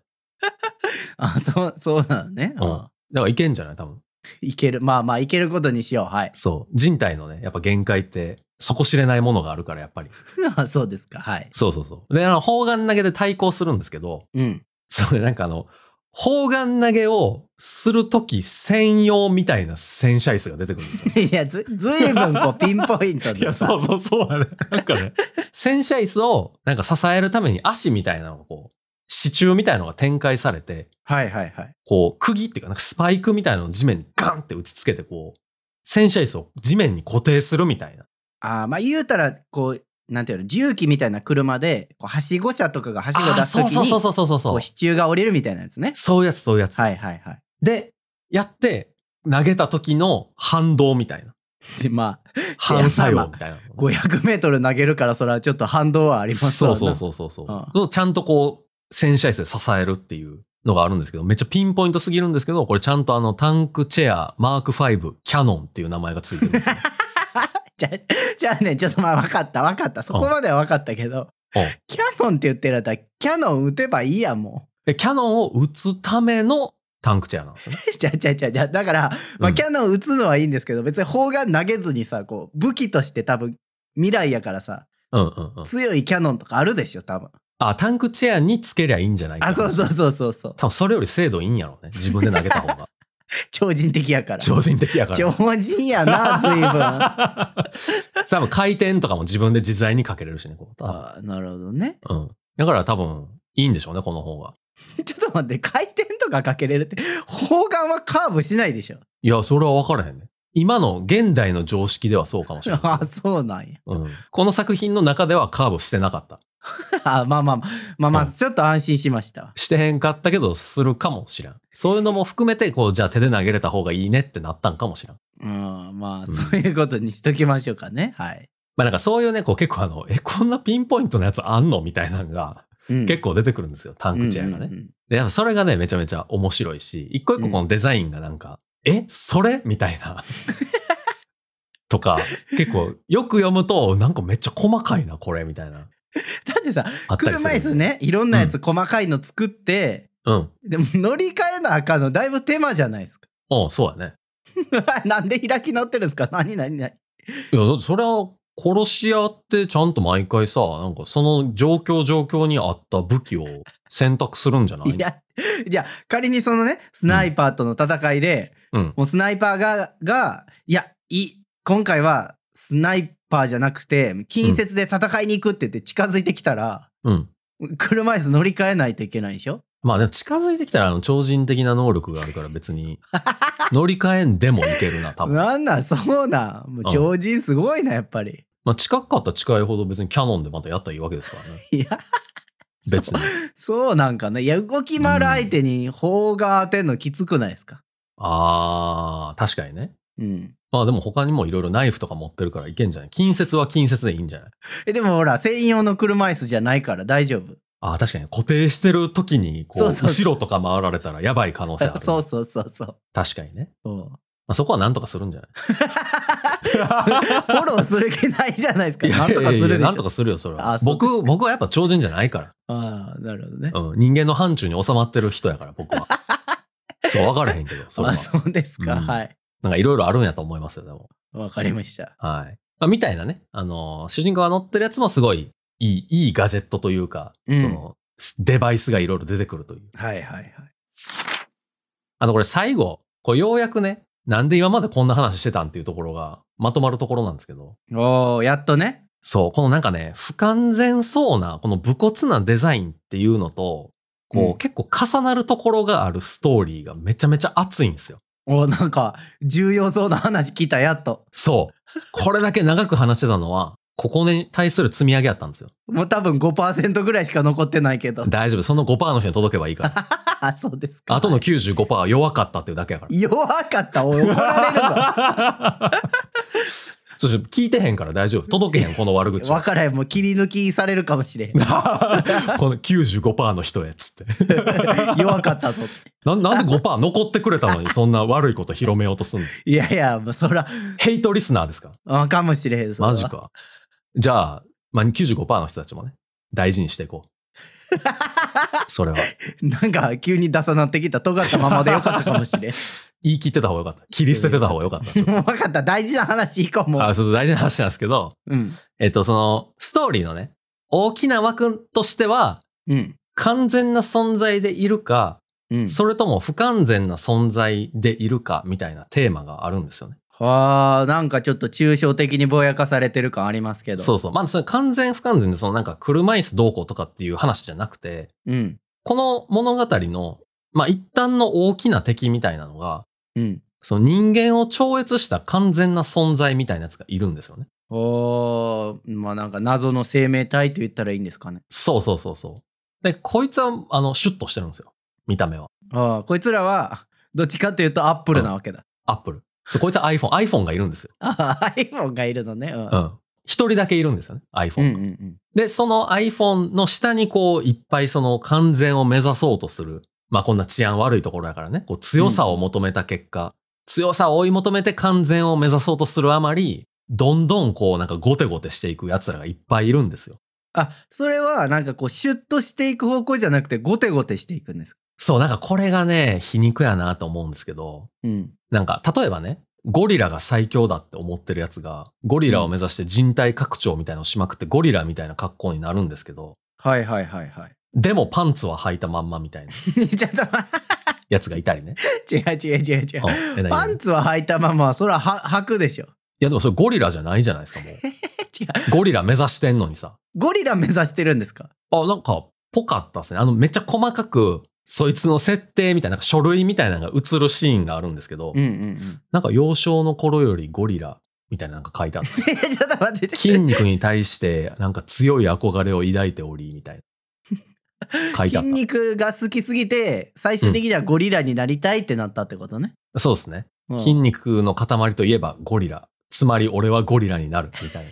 Speaker 2: あ、そう、そうなのね。
Speaker 1: うん
Speaker 2: あ
Speaker 1: だからいけんじゃない多分。
Speaker 2: いける。まあまあ、いけることにしよう。はい。
Speaker 1: そう。人体のね、やっぱ限界って、底知れないものがあるから、やっぱり。
Speaker 2: あそうですか。はい。
Speaker 1: そうそうそう。で、あの、砲丸投げで対抗するんですけど、
Speaker 2: うん。
Speaker 1: それなんかあの、砲丸投げをするとき専用みたいな戦車椅子が出てくるんですよ。
Speaker 2: いや、ず、ずいぶんこう、ピンポイント
Speaker 1: いや、
Speaker 2: でさ。
Speaker 1: そうそうそうだね。なんかね、戦車椅子をなんか支えるために足みたいなのがこう、支柱みたいなのが展開されて、
Speaker 2: はいはいはい。
Speaker 1: こう、釘っていうか、なんかスパイクみたいなのを地面にガンって打ちつけて、こう、戦車椅子を地面に固定するみたいな。
Speaker 2: あーまあ、言うたら、こう、なんていうの、重機みたいな車で、こう、はしご車とかがはしご出すと
Speaker 1: そう
Speaker 2: き
Speaker 1: そう
Speaker 2: に、
Speaker 1: そうそうそうそう
Speaker 2: こ
Speaker 1: そう
Speaker 2: う。支柱が降りるみたいなやつね。
Speaker 1: そういうやつ、そういうやつ。
Speaker 2: はいはいは
Speaker 1: で、やって、投げた時の反動みたいな。
Speaker 2: い。でまあ
Speaker 1: 反作用みたいな。
Speaker 2: 500メートル投げるからそれはちょっと反動はあります
Speaker 1: そ
Speaker 2: わ
Speaker 1: う
Speaker 2: な
Speaker 1: そうそうそうそう
Speaker 2: うん
Speaker 1: そうちゃんとこう洗車椅子で支えるっていうのがあるんですけどめっちゃピンポイントすぎるんですけどこれちゃんとあのタンクチェアマーク5キャノンっていう名前がついてるん ですよ
Speaker 2: じゃ じゃあねちょっとまあ分かった分かったそこまでは分かったけど、
Speaker 1: うん
Speaker 2: キャノンって言ってるやったらキャノン打てばいいやんも
Speaker 1: でキャノンを打つためのタンクチェアなんですよね
Speaker 2: う じゃじゃじゃじゃだから、
Speaker 1: う
Speaker 2: まあ、
Speaker 1: ん
Speaker 2: キャノン打つのはいいんですけど別に砲丸投げずにさこう武器として多分未来やからさ
Speaker 1: うんうんうん
Speaker 2: 強いキャノンとかあるでしょ多分
Speaker 1: あタンクチェアにつけりゃいいんじゃないか
Speaker 2: あそうそうそうそうそう
Speaker 1: 多分それより精度いいんやろうね自分で投げた 方が
Speaker 2: 超人的やから
Speaker 1: 超人的やから
Speaker 2: 超人や な随分
Speaker 1: 多分回転とかも自分で自在にかけれるしねこう多分
Speaker 2: あなるほどね
Speaker 1: うんだから多分いいんでしょうねこの方が
Speaker 2: ちょっと待って、回転とかかけれるって、砲丸はカーブしないでしょ。
Speaker 1: いやそれは分からへんね今の現代の常識ではそうかもしれない。
Speaker 2: あそうなんや。
Speaker 1: うん、この作品の中ではカーブしてなかった。
Speaker 2: あまあまあまあまあ、まあ、
Speaker 1: うん
Speaker 2: ちょっと安心しました。
Speaker 1: してへんかったけど、するかもしらん。そういうのも含めて、こう、じゃあ手で投げれた方がいいねってなったんかもしらん。
Speaker 2: うん、まあ、
Speaker 1: うん
Speaker 2: そういうことにしときましょうかね。はい。
Speaker 1: まあなんかそういうね、こう結構あの、 え、こんなピンポイントのやつあんのみたいなのが結
Speaker 2: 構、
Speaker 1: 構出てくるんですよ、タンクチェアがね。
Speaker 2: うんうんうん
Speaker 1: で、やっぱそれがね、めちゃめちゃ面白いし、一個一個このデザインがなんか、えそれみたいな。とか、結構、よく読むと、なんかめっちゃ細かいな、これ、みたいな。
Speaker 2: だってさ、
Speaker 1: あったりす
Speaker 2: 車
Speaker 1: る。
Speaker 2: 椅子。ね、いろんなやつ細かいの作って、
Speaker 1: うん。
Speaker 2: でも乗り換えなあかんの、だいぶ手間じゃないですか。
Speaker 1: うん、そうだね。
Speaker 2: なんで開き直ってるんですか何何何
Speaker 1: いや、だってそれは、殺し屋ってちゃんと毎回さ、なんかその状況状況に合った武器を選択するんじゃない
Speaker 2: いや、じゃあ仮にそのね、スナイパーとの戦いで、
Speaker 1: うん。
Speaker 2: もうスナイパーが、が、いや、い、今回はスナイパーじゃなくて、近接で戦いに行くって言って近づいてきたら、
Speaker 1: うん。
Speaker 2: 車椅子乗り換えないといけないでしょ
Speaker 1: まあでも近づいてきたらあの超人的な能力があるから別 に乗り換えんでもいけるな多分。
Speaker 2: なんなん、そうなん。もう常人すごいな、やっぱり。
Speaker 1: まあ近かったら近いほど別にキャノンでまたやったらいいわけですからね。
Speaker 2: いや、
Speaker 1: 別に。
Speaker 2: そうなんかね。いや、動き回る相手に砲が当てんのきつくないですか
Speaker 1: ああ、確かにね。
Speaker 2: うん。
Speaker 1: まあでも他にもいろいろナイフとか持ってるからいけんじゃない近接は近接でいいんじゃない
Speaker 2: え、でもほら、専用の車椅子じゃないから大丈夫。
Speaker 1: ああ、確かに固定してる時にこう
Speaker 2: そうそう
Speaker 1: 後ろとか回られたらやばい可能性あるな。
Speaker 2: そうそうそうそう。
Speaker 1: 確かにね。
Speaker 2: うん
Speaker 1: まあ、そこはなんとかするんじゃない
Speaker 2: フォローする気ないじゃないですか。
Speaker 1: いや
Speaker 2: なんとかす
Speaker 1: いや
Speaker 2: る
Speaker 1: いや
Speaker 2: で
Speaker 1: なん
Speaker 2: し
Speaker 1: と
Speaker 2: ょ。
Speaker 1: かするよ、それ
Speaker 2: あ
Speaker 1: は。
Speaker 2: そうです
Speaker 1: 僕、僕はやっぱ超人じゃないから。
Speaker 2: ああ、なるほどね。
Speaker 1: うん、人間の範疇に収まってる人やから、僕 は。そう、分からへんけど、それは
Speaker 2: あ。そうですか。
Speaker 1: うん
Speaker 2: はい。
Speaker 1: なんかいろいろあるんやと思いますよ、でも。
Speaker 2: わかりました。
Speaker 1: はい。まあ、みたいなね、あのー主人公が乗ってるやつもすごいいい、いいガジェットというか、
Speaker 2: うん
Speaker 1: その、デバイスがいろいろ出てくるという。
Speaker 2: はいはいはい。
Speaker 1: あとこれ最後、こうようやくね、なんで今までこんな話してたんっていうところが、まとまるところなんですけど、
Speaker 2: おー、やっとね。
Speaker 1: そう、このなんかね、不完全そうな、この武骨なデザインっていうのと、こう、
Speaker 2: うん
Speaker 1: 結構重なるところがあるストーリーがめちゃめちゃ熱いんですよ。
Speaker 2: おー、なんか、重要そうな話聞いた、やっと。
Speaker 1: そう。これだけ長く話してたのは、ここに対する積み上げやったんですよ。
Speaker 2: もう多分5%ぐらいしか残ってないけど。
Speaker 1: 大丈夫。その5%の人に届けばいいから。
Speaker 2: あ、そうですか。
Speaker 1: あとの95%は弱かったっていうだけや から。
Speaker 2: 弱かった。おい怒ら
Speaker 1: られるぞ。そうそう聞いてへんから大丈夫。届けへん、この悪
Speaker 2: れる
Speaker 1: 口
Speaker 2: ぞ。わ
Speaker 1: は。。
Speaker 2: からへん。もう切り抜きされるかもしれん
Speaker 1: この95%の人へっつって。
Speaker 2: 弱かったぞ。
Speaker 1: ななんで5%残ってくれたのに そんな悪いこと広めようとすんの
Speaker 2: いやいや、もうそら、
Speaker 1: ヘイトリスナーですか
Speaker 2: あかもしれへん。それは
Speaker 1: マジ。か。じゃあ、まあ、95%の人たちもね、大事にしていこ う。それは。
Speaker 2: なんか、急に出さなってきた。尖ったままでよかったかもし れん。
Speaker 1: 言い切ってた方がよかった。切り捨ててた方がよかった。
Speaker 2: もう分かった。大事な話行こう、も
Speaker 1: あ
Speaker 2: う。
Speaker 1: そうそう大事な話なんですけど、
Speaker 2: うん。
Speaker 1: えっと、その、ストーリーのね、大きな枠としては、
Speaker 2: うん。
Speaker 1: 完全な存在でいるか、
Speaker 2: うん。
Speaker 1: それとも不完全な存在でいるか、みたいなテーマがあるんですよね。
Speaker 2: はあ、なんかちょっと抽象的にぼやかされてる感ありますけど。
Speaker 1: そうそう。まあ、それ完全不完全で、そのなんか車椅子どうこうとかっていう話じゃなくて、
Speaker 2: う。うん。
Speaker 1: この物語の、まあ、一旦の大きな敵みたいなのが、
Speaker 2: うん。
Speaker 1: その人間を超越した完全な存在みたいなやつがいるんですよね。
Speaker 2: おー、まあなんか謎の生命体と言ったらいいんですかね。
Speaker 1: そうそうそうそう。で、こいつは、あの、シュッとしてるんですよ。見た目は。
Speaker 2: ああ、こいつらは、どっちかというとアップルなわけだ。
Speaker 1: アップル。そう、こいつは iPhone。iPhone がいるんですよ。
Speaker 2: ああ、iPhone がいるのね。うん。
Speaker 1: うん。一人だけいるんですよね。
Speaker 2: うん
Speaker 1: iPhone
Speaker 2: う
Speaker 1: が。
Speaker 2: ん
Speaker 1: で、その iPhone の下にこう、いっぱいその完全を目指そうとする。まあ、こんな治安悪いところだからね。こう、強さを求めた結果、強さを追い求めて完全を目指そうとするあまり、どんどんこう、なんかゴテゴテしていく奴らがいっぱいいるんですよ。
Speaker 2: あ、それはなんかこう、シュッとしていく方向じゃなくて、ゴテゴテしていくんですか
Speaker 1: そう、なんかこれがね、皮肉やなと思うんですけど、
Speaker 2: うん。
Speaker 1: なんか、例えばね、ゴリラが最強だって思ってるやつが、ゴリラを目指して人体拡張みたいのをしまくって、ゴリラみたいな格好になるんですけど、
Speaker 2: はいはいはいはい。
Speaker 1: でもパンツは履いたまんまみたいな
Speaker 2: ちょっと待
Speaker 1: やつがいたりね。
Speaker 2: って、違う違う違う違う。
Speaker 1: うんえ何
Speaker 2: パンツは履いたまま、それはは履くでしょ。
Speaker 1: いやでもそれゴリラじゃないじゃないですか、もう。
Speaker 2: 違う。
Speaker 1: ゴリラ目指してんのにさ。
Speaker 2: ゴリラ目指してるんですか
Speaker 1: あ、なんか、ぽかったっすね。あの、めっちゃ細かく、そいつの設定みたいな、なんか書類みたいなのが映るシーンがあるんですけど、
Speaker 2: うんうんうん。
Speaker 1: なんか幼少の頃よりゴリラみたいななんか書いてあって、
Speaker 2: え、ちょっと待って。
Speaker 1: 筋肉に対してなんか強い憧れを抱いており、みたい な。書いてあっ
Speaker 2: 筋肉が好きすぎて、最終的にはゴリラになりたいってなったってことね。
Speaker 1: た。そうですね。
Speaker 2: うん
Speaker 1: 筋肉の塊といえばゴリラ。つまり俺はゴリラになる、みたいな。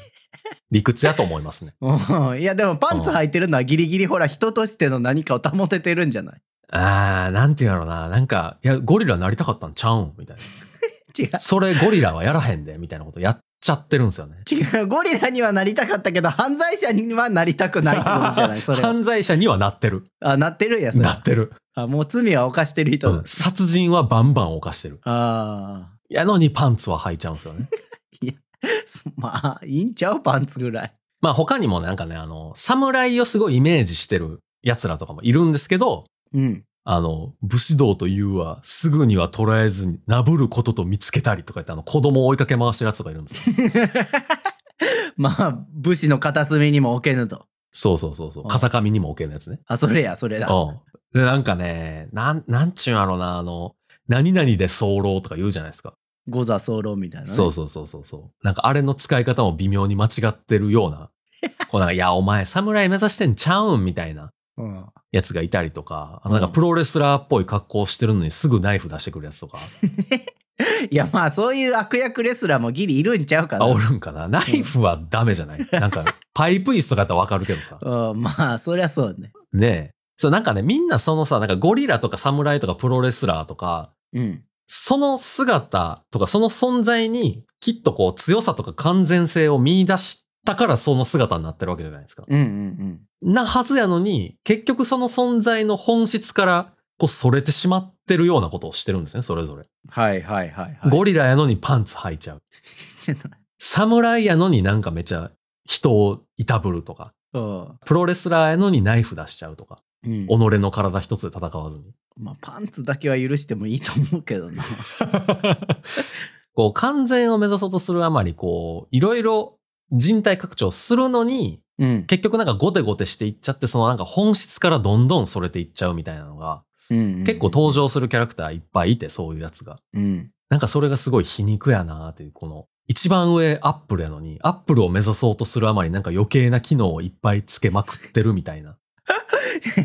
Speaker 1: 理屈やと思いますね。
Speaker 2: うんいやでもパンツ履いてるのはギリギリほら人としての何かを保ててるんじゃない
Speaker 1: あー、なんて言うんだろうな。なんか、いや、ゴリラなりたかったんちゃうんみたい
Speaker 2: 違う
Speaker 1: な。それゴリラはやらへんで、みたいなことやっちゃってるんですよね。
Speaker 2: 違うゴリラにはなりたかったけど犯罪者にはなりたくないってことじゃないそれ
Speaker 1: 犯罪者にはなってる。
Speaker 2: あなってるんやそれ
Speaker 1: なってる。
Speaker 2: あもう罪は犯してる人だ、
Speaker 1: うん殺人はバンバン犯してる。
Speaker 2: あ
Speaker 1: やのにパンツは履いちゃうんです よね。
Speaker 2: ー そまあいいんちゃうパンツぐらい
Speaker 1: まあ他にもなんかね、あの、侍をすごいイメージしてる奴らとかもいるんですけど、
Speaker 2: うん
Speaker 1: あの、武士道というは、すぐには捕らえずに、なぶることと見つけたりとか言って、あの、子供を追いかけ回してる奴とかいるんですよ。
Speaker 2: まあ武士の片隅にも置けぬと
Speaker 1: そうそうそうそう。
Speaker 2: うん
Speaker 1: 風上にも置けるやつね。
Speaker 2: あそれやそれだ
Speaker 1: うん。で、なんかね、なん、なんちゅうんやろうな、あの、何々で候とか言うじゃないですか。
Speaker 2: 御座候みたいなね、
Speaker 1: そうそうそうそうそう。なんかあれの使い方も微妙に間違ってるよう な。こうなんか、いや、お前、侍目指してんちゃうんみたいな
Speaker 2: うん、
Speaker 1: やつがいたりとか、あ
Speaker 2: うん
Speaker 1: なんかプロレスラーっぽい格好してるのにすぐナイフ出してくるやつとか、
Speaker 2: いやまあそういう悪役レスラーもギリいるんちゃうかな
Speaker 1: あ、おるんかな。ナイフはダメじゃ ない。なんか、パイプ椅子とかやったらわかるけどさ。
Speaker 2: うん、まあそりゃそうね
Speaker 1: ねえ。そう、なんかね、みんなそのさ、なんかゴリラとか侍とかプロレスラーとか、
Speaker 2: うん
Speaker 1: その姿とかその存在にきっとこう強さとか完全性を見出したからその姿になってるわけじゃないですか。
Speaker 2: うんうんうん
Speaker 1: なはずやのに、結局その存在の本質からこうそれてしまってるようなことをしてるんですね、それぞれ。
Speaker 2: はいはいはいはい
Speaker 1: ゴリラやのにパンツ履いちゃう。侍やのになんかめちゃ人をいたぶるとか。
Speaker 2: うん
Speaker 1: プロレスラーやのにナイフ出しちゃうとか。
Speaker 2: うん
Speaker 1: 己の体一つで戦わずに。
Speaker 2: まあ、パンツだけは許してもいいと思うけどな。
Speaker 1: こう完全を目指そうとするあまり、こう、いろいろ人体拡張するのに、
Speaker 2: うん。
Speaker 1: 結局なんかゴテゴテしていっちゃって、そのなんか本質からどんどんそれていっちゃうみたいなのが、 結構登場するキャラクターいっぱいいて、そういうやつが。
Speaker 2: うん。
Speaker 1: なんかそれがすごい皮肉やなっていう、この、一番上アップルやのに、アップルを目指そうとするあまり、なんか余計な機能をいっぱいつけまくってるみたいな。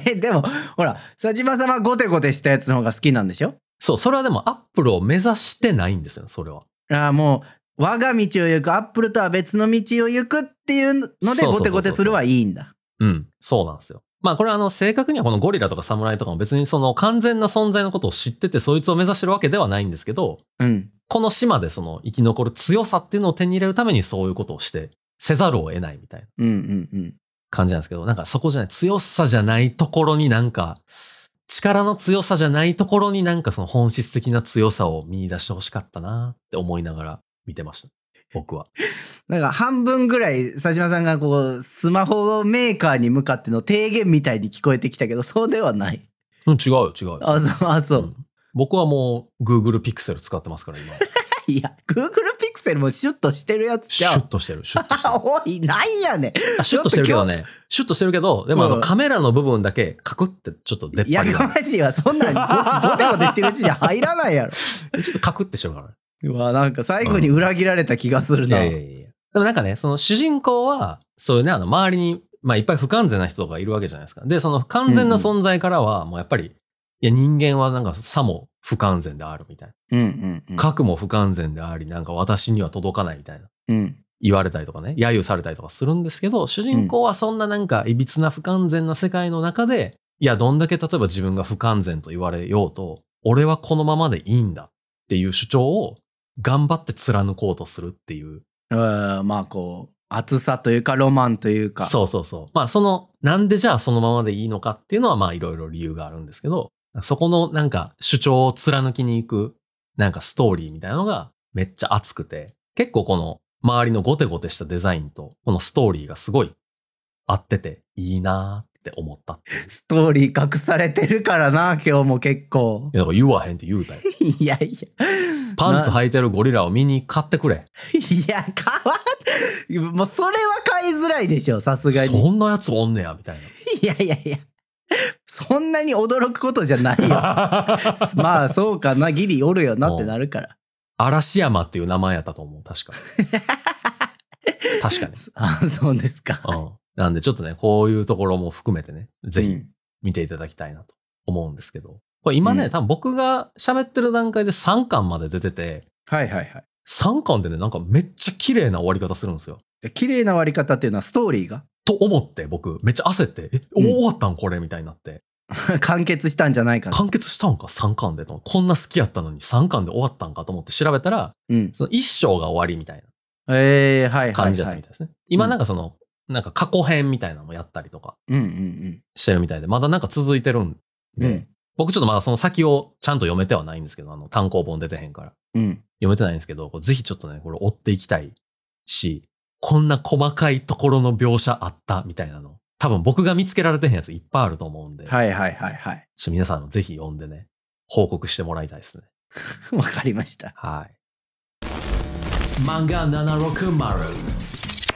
Speaker 2: でも、ほら、佐島さんはゴテゴテしたやつの方が好きなんでしょ
Speaker 1: そう、それはでもアップルを目指してないんですよ、それは。
Speaker 2: ああ、もう、我が道を行く、アップルとは別の道を行くっていうの
Speaker 1: そうそうそう
Speaker 2: で、
Speaker 1: そう
Speaker 2: ゴテゴテするはいいんだ。
Speaker 1: うん、そうなんですよ。まあこれはあの正確にはこのゴリラとか侍とかも別にその完全な存在のことを知っててそいつを目指してるわけではないんですけど、
Speaker 2: うん。
Speaker 1: この島でその生き残る強さっていうのを手に入れるためにそういうことをしてせざるを得ないみたいな
Speaker 2: うんうんうん。
Speaker 1: 感じなんですけど、なんかそこじゃない、強さじゃないところになんか、力の強さじゃないところになんかその本質的な強さを見出してほしかったなって思いながら見てました。僕は。
Speaker 2: なんか半分ぐらい佐島さんがこうスマホメーカーに向かっての提言みたいに聞こえてきたけどそうではない
Speaker 1: うん、違うよ、違うよ。
Speaker 2: あそうあそう、
Speaker 1: うん僕はもう Google Pixel 使ってますから今。
Speaker 2: いや Google ピクセルもシュッとしてるやつ
Speaker 1: シ
Speaker 2: じゃ
Speaker 1: ュ
Speaker 2: ん
Speaker 1: ッとしてる、シュッとしてる。
Speaker 2: おいなんやねん
Speaker 1: あシュッとしてるけどね。シュッとしてるけど、でもあ
Speaker 2: う
Speaker 1: の
Speaker 2: ん
Speaker 1: カメラの部分だけカクってちょっと出っ
Speaker 2: いや
Speaker 1: 張りが。
Speaker 2: かましいわそんなん ごごてごてしてるうちに入らないやろ
Speaker 1: ちょっとカクってしてるからね。
Speaker 2: うわなんか最後に裏切られた気がする
Speaker 1: い
Speaker 2: な、
Speaker 1: やいやいや。でもなんかね、その主人公は、そういうね、あの周りに、まあいっぱい不完全な人がいるわけじゃないですか。で、その不完全な存在からは、もうやっぱり、いや人間はなんかさも不完全であるみたい
Speaker 2: うんうんうん
Speaker 1: な。核も不完全であり、なんか私には届かないみたいな。
Speaker 2: うん
Speaker 1: 言われたりとかね、揶揄されたりとかするんですけど、主人公はそんななんか、いびつな不完全な世界の中で、いや、どんだけ例えば自分が不完全と言われようと、俺はこのままでいいんだっていう主張を頑張って貫こうとするっていう。
Speaker 2: うんまあこう熱さというかロマンというか
Speaker 1: そうそうそう。まあ、その、なんでじゃあそのままでいいのかっていうのは、まあ、いろいろ理由があるんですけど、そこのなんか主張を貫きに行く、なんかストーリーみたいなのがめっちゃ熱くて、結構この周りのゴテゴテしたデザインと、このストーリーがすごい合ってていいなーって思ったっていう。
Speaker 2: ストーリー隠されてるからな今日も結 構
Speaker 1: いやだから言わへんって言う たよ。
Speaker 2: いやいや
Speaker 1: パンツ
Speaker 2: な
Speaker 1: 履いてるゴリラを見に買ってくれ。
Speaker 2: いや変わんもうそれは買いづらいでしょさすがに
Speaker 1: そんなやつおんねや、みたいな。
Speaker 2: いやいやいやそそんなに驚くことじゃないよ まあそうかなギリおるよなってなるから
Speaker 1: 嵐山っていう名前やったと思う、 確か。確かに。
Speaker 2: あそうですか、
Speaker 1: うん。なんで、ちょっとね、こういうところも含めてね、 ぜ
Speaker 2: う
Speaker 1: ひ
Speaker 2: ん
Speaker 1: 見ていただきたいなと思うんですけど。これ今ね、
Speaker 2: うん
Speaker 1: 多分僕が喋ってる段階で3巻まで出てて、
Speaker 2: はいはいはい
Speaker 1: 3巻でね、なんかめっちゃ綺麗な終わり方するんですよ。
Speaker 2: で綺麗な割り方っていうのはストーリーが
Speaker 1: と思って、僕、めっちゃ焦って、え、
Speaker 2: うん
Speaker 1: 終わったんこれみたいになって。
Speaker 2: 完結したんじゃないかな
Speaker 1: 完結したんか ?3 巻でと。こんな好きやったのに3巻で終わったんかと思って調べたら、
Speaker 2: うん
Speaker 1: その1章が終わりみたいな
Speaker 2: えー、はいはい、はい、
Speaker 1: 感じだったみたいですね。今なんかその、なんか過去編みたいなのもやったりとか
Speaker 2: うんうん
Speaker 1: してるみたいで、まだなんか続いてるん
Speaker 2: うん
Speaker 1: で、僕ちょっとまだその先をちゃんと読めてはないんですけど、あの単行本出てへんから。
Speaker 2: うんうん
Speaker 1: 読めてないんですけど、これぜひちょっとね、これ追っていきたいし、こんな細かいところの描写あったみたいなの。多分僕が見つけられてへんやついっぱいあると思うんで、
Speaker 2: はいはいはいはい
Speaker 1: ちょっと皆さんぜひ読んでね、報告してもらいたいですね。
Speaker 2: わかりました
Speaker 1: はい。漫画760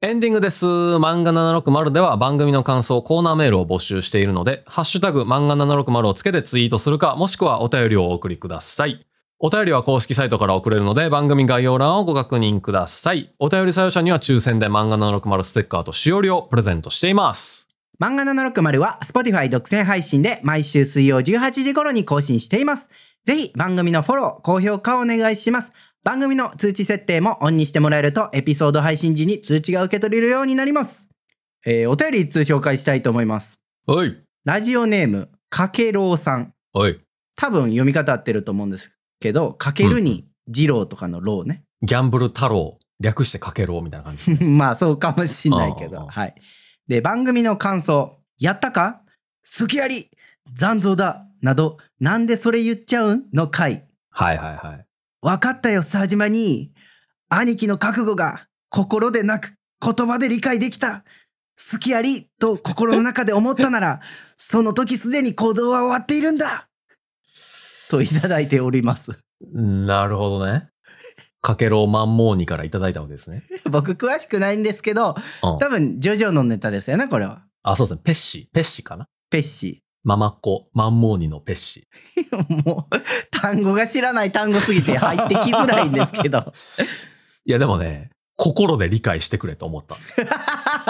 Speaker 1: エンディングです。漫画760では番組の感想、コーナーメールを募集しているので、ハッシュタグ漫画760をつけてツイートするか、もしくはお便りをお送りください。お便りは公式サイトから送れるので、番組概要欄をご確認ください。お便り採用者には抽選で漫画760ステッカーとしおりをプレゼントしています。
Speaker 2: 漫画760は Spotify 独占配信で毎週水曜18時頃に更新しています。ぜひ番組のフォロー、高評価をお願いします。番組の通知設定もオンにしてもらえるとエピソード配信時に通知が受け取れるようになります。えー、お便り一通紹介したいと思います。
Speaker 1: おい、
Speaker 2: ラジオネーム、かけろうさん。
Speaker 1: おい、
Speaker 2: 多分読み方合ってると思うんですけど、かけるに二郎とかのろうね。
Speaker 1: ギャンブル太郎、略してかけろみたいな感じですね
Speaker 2: まあそうかもしんないけ
Speaker 1: あ
Speaker 2: ど。
Speaker 1: あ
Speaker 2: はい。で、番組の感想。やったか好きやり残像だなど、なんでそれ言っちゃうんの回。
Speaker 1: はいはいはい。
Speaker 2: わかったよ、佐島に。兄貴の覚悟が心でなく言葉で理解できた。好きやりと心の中で思ったなら、その時すでに行動は終わっているんだといただいております。
Speaker 1: なるほどね。かけろうマンモーニからいただいたわけですね。
Speaker 2: 僕詳しくないんですけど、
Speaker 1: うん
Speaker 2: 多分ジョジョのネタですよね、これは。
Speaker 1: あ、そうですね。ペッシー。ペッシーかな
Speaker 2: ペッシー。
Speaker 1: ママっ子、マンモーニのペッシ
Speaker 2: もう、単語が知らない単語すぎて入ってきづらいんですけど。
Speaker 1: ー。いや、でもね、心で理解してくれと思った。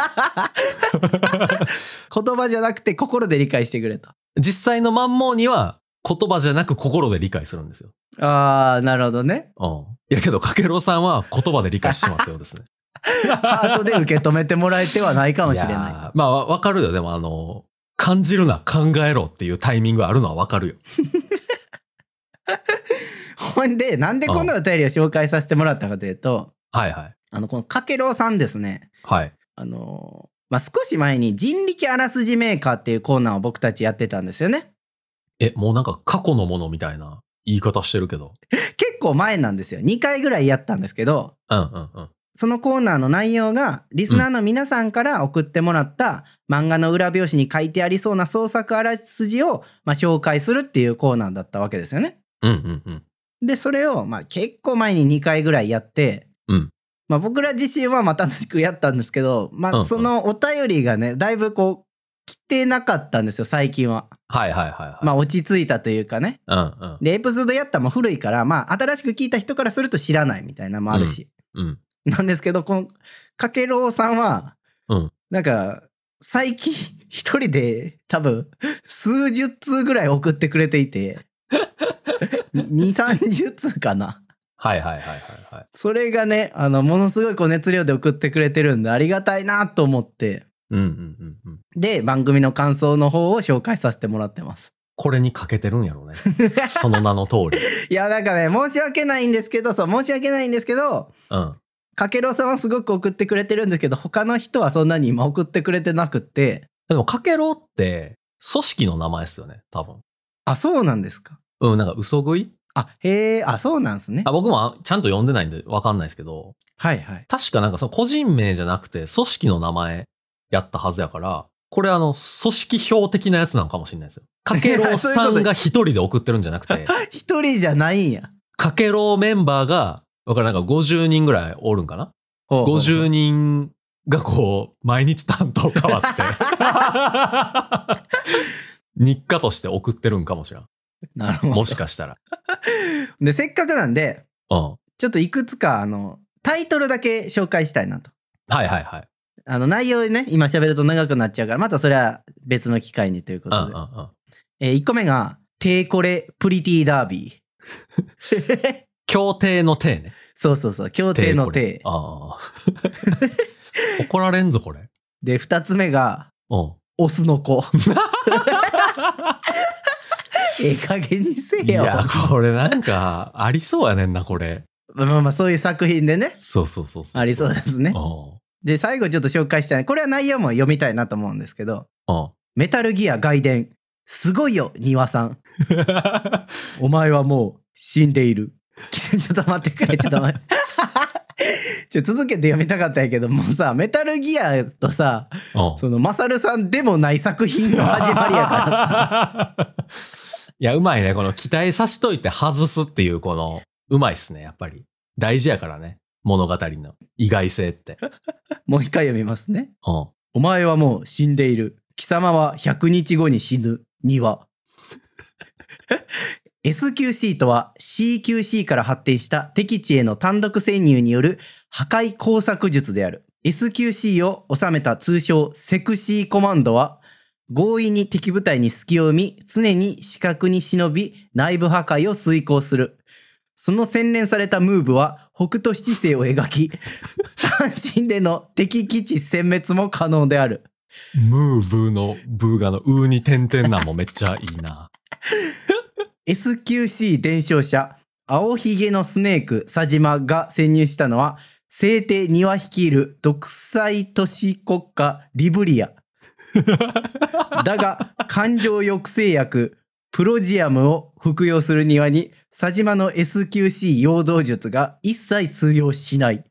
Speaker 2: 言葉じゃなくて心で理解してくれと。
Speaker 1: 実際のマンモーニは、言葉じゃなく心で理解するんですよ。
Speaker 2: ああ、なるほどね。
Speaker 1: うん。いやけど、かけろうさんは言葉で理解してしまったようですね。
Speaker 2: ハートで受け止めてもらえてはない かもしれ
Speaker 1: い
Speaker 2: な
Speaker 1: やーまあ、わわかるよ。でも、あの、感じるな、考えろっていうタイミングあるのはわかるよ。
Speaker 2: い。ほんで、なんでこんなお便りを紹介させてもらったかというと、
Speaker 1: はいはい。
Speaker 2: あの、このかけろうさんですね。
Speaker 1: はい。
Speaker 2: あのー、まあ、少し前に人力あらすじメーカーっていうコーナーを僕たちやってたんですよね。
Speaker 1: え、もうなんか過去のものみたいな言い方してるけど。
Speaker 2: 結構前なんですよ。2回ぐらいやったんですけど、
Speaker 1: うんうんうん。
Speaker 2: そのコーナーの内容がリスナーの皆さんから送ってもらった漫画の裏表紙に書いてありそうな創作あらすじを、まあ、紹介するっていうコーナーだったわけですよね。
Speaker 1: うんうんうん。
Speaker 2: でそれをまあ結構前に2回ぐらいやって、
Speaker 1: うん
Speaker 2: まあ、僕ら自身はまあ楽しくやったんですけど、ま
Speaker 1: うんう
Speaker 2: あ、
Speaker 1: ん
Speaker 2: そのお便りがねだいぶこう来てなかったんですよ最近は。
Speaker 1: はいはいはいは
Speaker 2: まあ落ち着いたというかね。
Speaker 1: い。うんうん。
Speaker 2: でエピソードやったも古いから、まあ、新しく聞いた人からすると知らないみたいなのもあるし。
Speaker 1: うん。
Speaker 2: なんですけど、この、かけろうさんは、
Speaker 1: うん
Speaker 2: なんか、最近、一人で、多分、数十通ぐらい送ってくれていて、 二、三十通かな。
Speaker 1: はいはいはいはいはい。
Speaker 2: それがね、あの、ものすごいこう熱量で送ってくれてるんで、ありがたいなと思って、
Speaker 1: うんうんうんうん。
Speaker 2: で、番組の感想の方を紹介させてもらってます。
Speaker 1: これに欠けてるんやろうね。その名の通り。
Speaker 2: いや、なんかね、申し訳ないんですけど、そう、申し訳ないんですけど、
Speaker 1: うん。
Speaker 2: かけろうさんはすごく送ってくれてるんですけど、他の人はそんなに今送ってくれてなくって、
Speaker 1: でも、かけろって、組織の名前ですよね、多分。
Speaker 2: あ、そうなんですか。
Speaker 1: うん、なんか嘘食い
Speaker 2: あ、へえ、あ、そうなんですね
Speaker 1: あ。僕もあちゃんと読んでないんでわかんないですけど、
Speaker 2: はいはい。
Speaker 1: 確かなんかその個人名じゃなくて組織の名前やったはずやから、これあの、組織標的なやつなのかもしれないですよ。かけろうさんが一人で送ってるんじゃなくて、
Speaker 2: 一人じゃないんや。
Speaker 1: かけろうメンバーが、わからんなんか50人ぐらいおるんかな
Speaker 2: ほうほうほ
Speaker 1: 50人 がこう、毎日担当変わって。日課として送ってるんかもしれん。
Speaker 2: なるほど
Speaker 1: もしかしたら。
Speaker 2: でせっかくなんで
Speaker 1: うん。は
Speaker 2: ちょっといくつかあのタイトルだけ紹介したいなと
Speaker 1: いはいはい。
Speaker 2: あの内容ね今喋ると長くなっちゃうからまたそれは別の機会にというこ
Speaker 1: うんう
Speaker 2: と
Speaker 1: んう
Speaker 2: で、
Speaker 1: ん。
Speaker 2: え1個目が「テーコレプリティダービー」
Speaker 1: 協定の定ね。
Speaker 2: そうそうそう協定の
Speaker 1: これ
Speaker 2: 定
Speaker 1: ああ。怒られんぞ、これ。
Speaker 2: で2つ目が
Speaker 1: うん。
Speaker 2: 「オスの 子」ええ加減にせえ
Speaker 1: い
Speaker 2: よ
Speaker 1: や、これなんか、ありそうやねんな、これ。
Speaker 2: まあまあそういう作品でね
Speaker 1: そうそうそうそう。
Speaker 2: ありそう
Speaker 1: だ
Speaker 2: ですねで最後ちょっと紹介したいこれは内容も読みたいなと思うんですけど
Speaker 1: うん。うん。
Speaker 2: 「メタルギア外伝すごいよ庭さんお前はもう死んでいる」 ちょっと待ってくれちょっと待って ちょ続けて読みたかったんやけどもうさメタルギアとさ
Speaker 1: うん
Speaker 2: そのマサルさんでもない作品の始まりや からさ
Speaker 1: いや、うまいね。この期待さしといて外すっていう、この、うまいっすね、やっぱり。大事やからね。物語の意外性って。うん。
Speaker 2: もう一回読みますねお前はもう死んでいる。貴様は100日後に死ぬ。には。SQC とは CQC から発展した敵地への単独潜入による破壊工作術である。SQC を収めた通称セクシーコマンドは強引に敵部隊に隙を生み常に死角に忍び内部破壊を遂行する。その洗練されたムーブは北斗七星を描き単身での敵基地殲滅も可能である。
Speaker 1: ムーブーのブーがのうーに点々なんもめっちゃいいな。
Speaker 2: SQC 伝承者、青ひげのスネーク、佐島が潜入したのは、聖帝庭率いる独裁都市国家リブリア。だが、感情抑制薬、プロジアムを服用する庭に、佐島の SQC 陽動術が一切通用しない。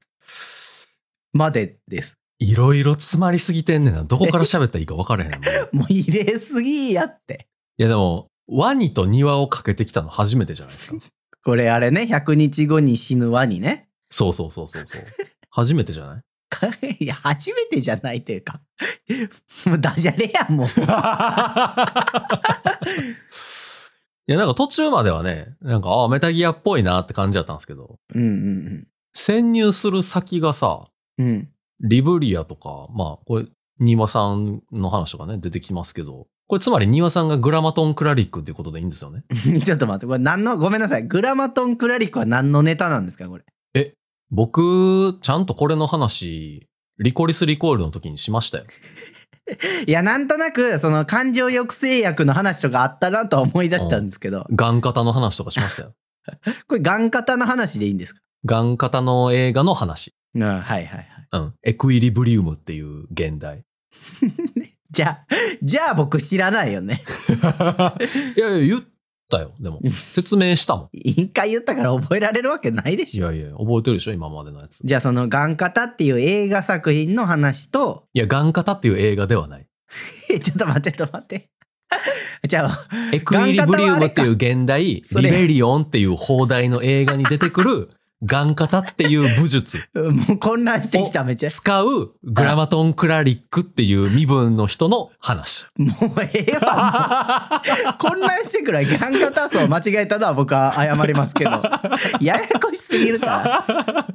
Speaker 2: までです。
Speaker 1: いろいろ詰まりすぎてんねんな。どこから喋ったらいいか分からへんな。もう
Speaker 2: もう入れすぎやって。
Speaker 1: いや、でも、ワニと庭をかけてきたの初めてじゃないですか。
Speaker 2: これあれね、100日後に死ぬワニね。
Speaker 1: そうそうそうそうそう。初めてじゃない
Speaker 2: かいや、初めてじゃないというか。 もうダジャレやん、もう。
Speaker 1: いや、なんか途中まではね、なんか、ああ、メタギアっぽいなって感じだったんですけど、
Speaker 2: うん
Speaker 1: 潜入する先がさ、
Speaker 2: うんうん。うん。
Speaker 1: リブリアとか、まあ、これ、ニワさんの話とかね、出てきますけど、これつまりニワさんがグラマトン・クラリックっていうことでいいんですよね。
Speaker 2: ちょっと待って、これ何の、ごめんなさい。グラマトン・クラリックは何のネタなんですか、これ。
Speaker 1: 僕、ちゃんとこれの話、リコリス・リコールの時にしましたよ。
Speaker 2: いや、なんとなく、その感情抑制薬の話とかあったなとは思い出したんですけど、
Speaker 1: ガン型の話とかしましたよ。
Speaker 2: これ、ガン型の話でいいんですか
Speaker 1: ガン型の映画の話。
Speaker 2: うん、はいはいはい。
Speaker 1: うん。エクイリブリウムっていう現代。
Speaker 2: じゃあ、じゃあ僕知らないよね。
Speaker 1: いやいや、言ったよ。でも、説明したもん。
Speaker 2: 一回言ったから覚えられるわけないで
Speaker 1: い
Speaker 2: しょ。
Speaker 1: やいや、覚えてるでしょ今までのやつ。い
Speaker 2: じゃあ、そのガン型っていう映画作品の話と、
Speaker 1: や、ガン型っていう映画ではない。
Speaker 2: えちょっと待って、ちょっと待って。 じゃあ、
Speaker 1: エクイリブリウムっていう現代、リ
Speaker 2: それ
Speaker 1: ベリオンっていう放題の映画に出てくる、ガン型っていう武術、
Speaker 2: もう混乱してきた、めっちゃ。
Speaker 1: 使うグラマトン・クラリックっていう身分の人の話。
Speaker 2: もうええわ。 混乱してくるわ。ギャンガタスを間違えたのは僕は謝 りますけど。ややこしすぎるから。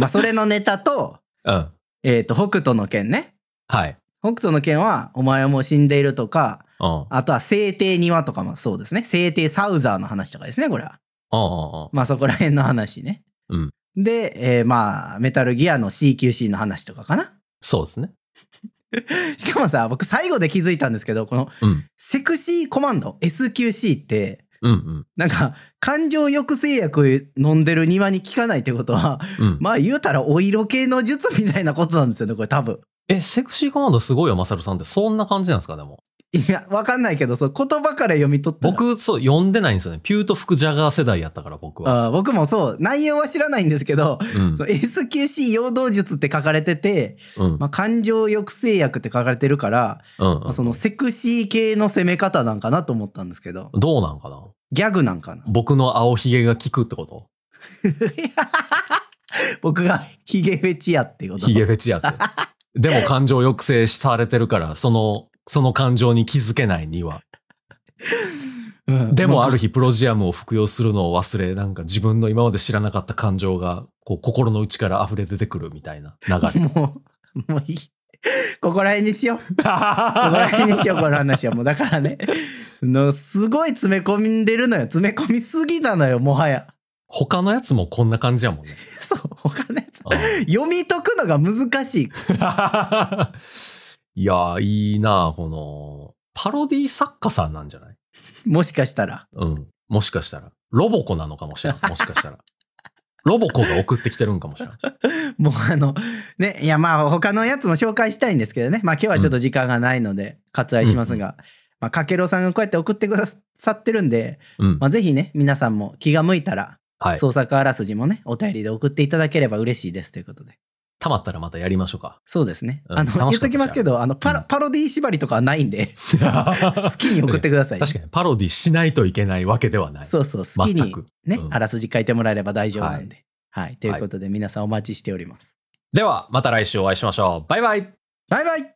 Speaker 2: まあ、それのネタと、
Speaker 1: うん。
Speaker 2: えっ、と、北斗の剣ね。
Speaker 1: はい。
Speaker 2: 北斗の剣は、お前はもう死んでいるとか、
Speaker 1: うん。うんうん
Speaker 2: あとは、聖帝庭とかもそうですね。聖帝サウザーの話とかですね、これは。
Speaker 1: うん
Speaker 2: まあ、そこら辺の話ね。
Speaker 1: うん
Speaker 2: で、えーまあ、メタルギアの CQC の話とかかな。
Speaker 1: そうですね。
Speaker 2: しかもさ僕最後で気づいたんですけどこの
Speaker 1: うん。
Speaker 2: セクシーコマンド SQC って
Speaker 1: うんうん。
Speaker 2: なんか感情抑制薬飲んでる庭に効かないってことは
Speaker 1: うん。
Speaker 2: まあ言うたらお色系の術みたいなことなんですよねこれ多分。
Speaker 1: え、セクシーコマンドすごいよ、マサルさんって。そんな感じなんですか、でも。
Speaker 2: いやわかんないけどそう言葉から読み取ったら
Speaker 1: 僕、そう、読んでないんですよね。ピュート・フク・ジャガー世代やったから、僕は。
Speaker 2: あー僕もそう内容は知らないんですけど、
Speaker 1: うん
Speaker 2: そ。の SQC 陽動術って書かれてて、
Speaker 1: うん
Speaker 2: まあ、感情抑制薬って書かれてるから、
Speaker 1: うん
Speaker 2: まあそのセクシー系の攻め方なんかなと思ったんですけど
Speaker 1: どうなんかな
Speaker 2: ギャグなん かな
Speaker 1: 僕の青ひげが効くって こと
Speaker 2: 僕がヒゲフェチやっていうこと
Speaker 1: ひげフェチやって。でも感情抑制されてるから、そのその感情に気づけないには。
Speaker 2: うん
Speaker 1: でもある
Speaker 2: 日。
Speaker 1: 日プロジアムを服用するのを忘れ、なんか自分の今まで知らなかった感情が、こう心の内から溢れ出てくるみたいな流 れ。
Speaker 2: もう、もういい。ここら辺にしよ う。ここら辺にしよう、この話は。もうだからね。のすごい詰め込んでるのよ。詰め込みすぎなのよ、もはや。
Speaker 1: 他のやつもこんな感じやもんね。
Speaker 2: そう、他のやつ。
Speaker 1: うん
Speaker 2: 読み解くのが難しい。
Speaker 1: いやー、いいなあこの、パロディ作家さんなんじゃない
Speaker 2: もしかしたら。
Speaker 1: うん。もしかしたら。ロボコなのかもしれな い。もしかしたら。ロボコが送ってきてるんかもしれない。
Speaker 2: もうあの、ね、いやまあ他のやつも紹介したいんですけどね。まあ今日はちょっと時間がないので割愛しますが、まあかけろさんがこうやって送ってくださってるんで、
Speaker 1: うん
Speaker 2: ま。あぜひね、皆さんも気が向いたら、
Speaker 1: はい。
Speaker 2: 創作あらすじもね、お便りで送っていただければ嬉しいですということで。。
Speaker 1: たまったらまたやりましょうか
Speaker 2: そうですね。
Speaker 1: うん
Speaker 2: あ
Speaker 1: 楽し
Speaker 2: の、
Speaker 1: かった
Speaker 2: 言っときますけど、あのパロ、
Speaker 1: うん
Speaker 2: パロディ縛りとかはない んで、好
Speaker 1: 確
Speaker 2: きに送ってください。
Speaker 1: かに、パロディしないといけないわけではない。
Speaker 2: そうそう、好き
Speaker 1: 全
Speaker 2: に
Speaker 1: く
Speaker 2: ね、
Speaker 1: うん
Speaker 2: あらすじ書いてもらえれば大丈夫なんで。はい、ということで皆さんお待ちしております。
Speaker 1: では、また来週お会いしましょう。バイバイ
Speaker 2: バイバイ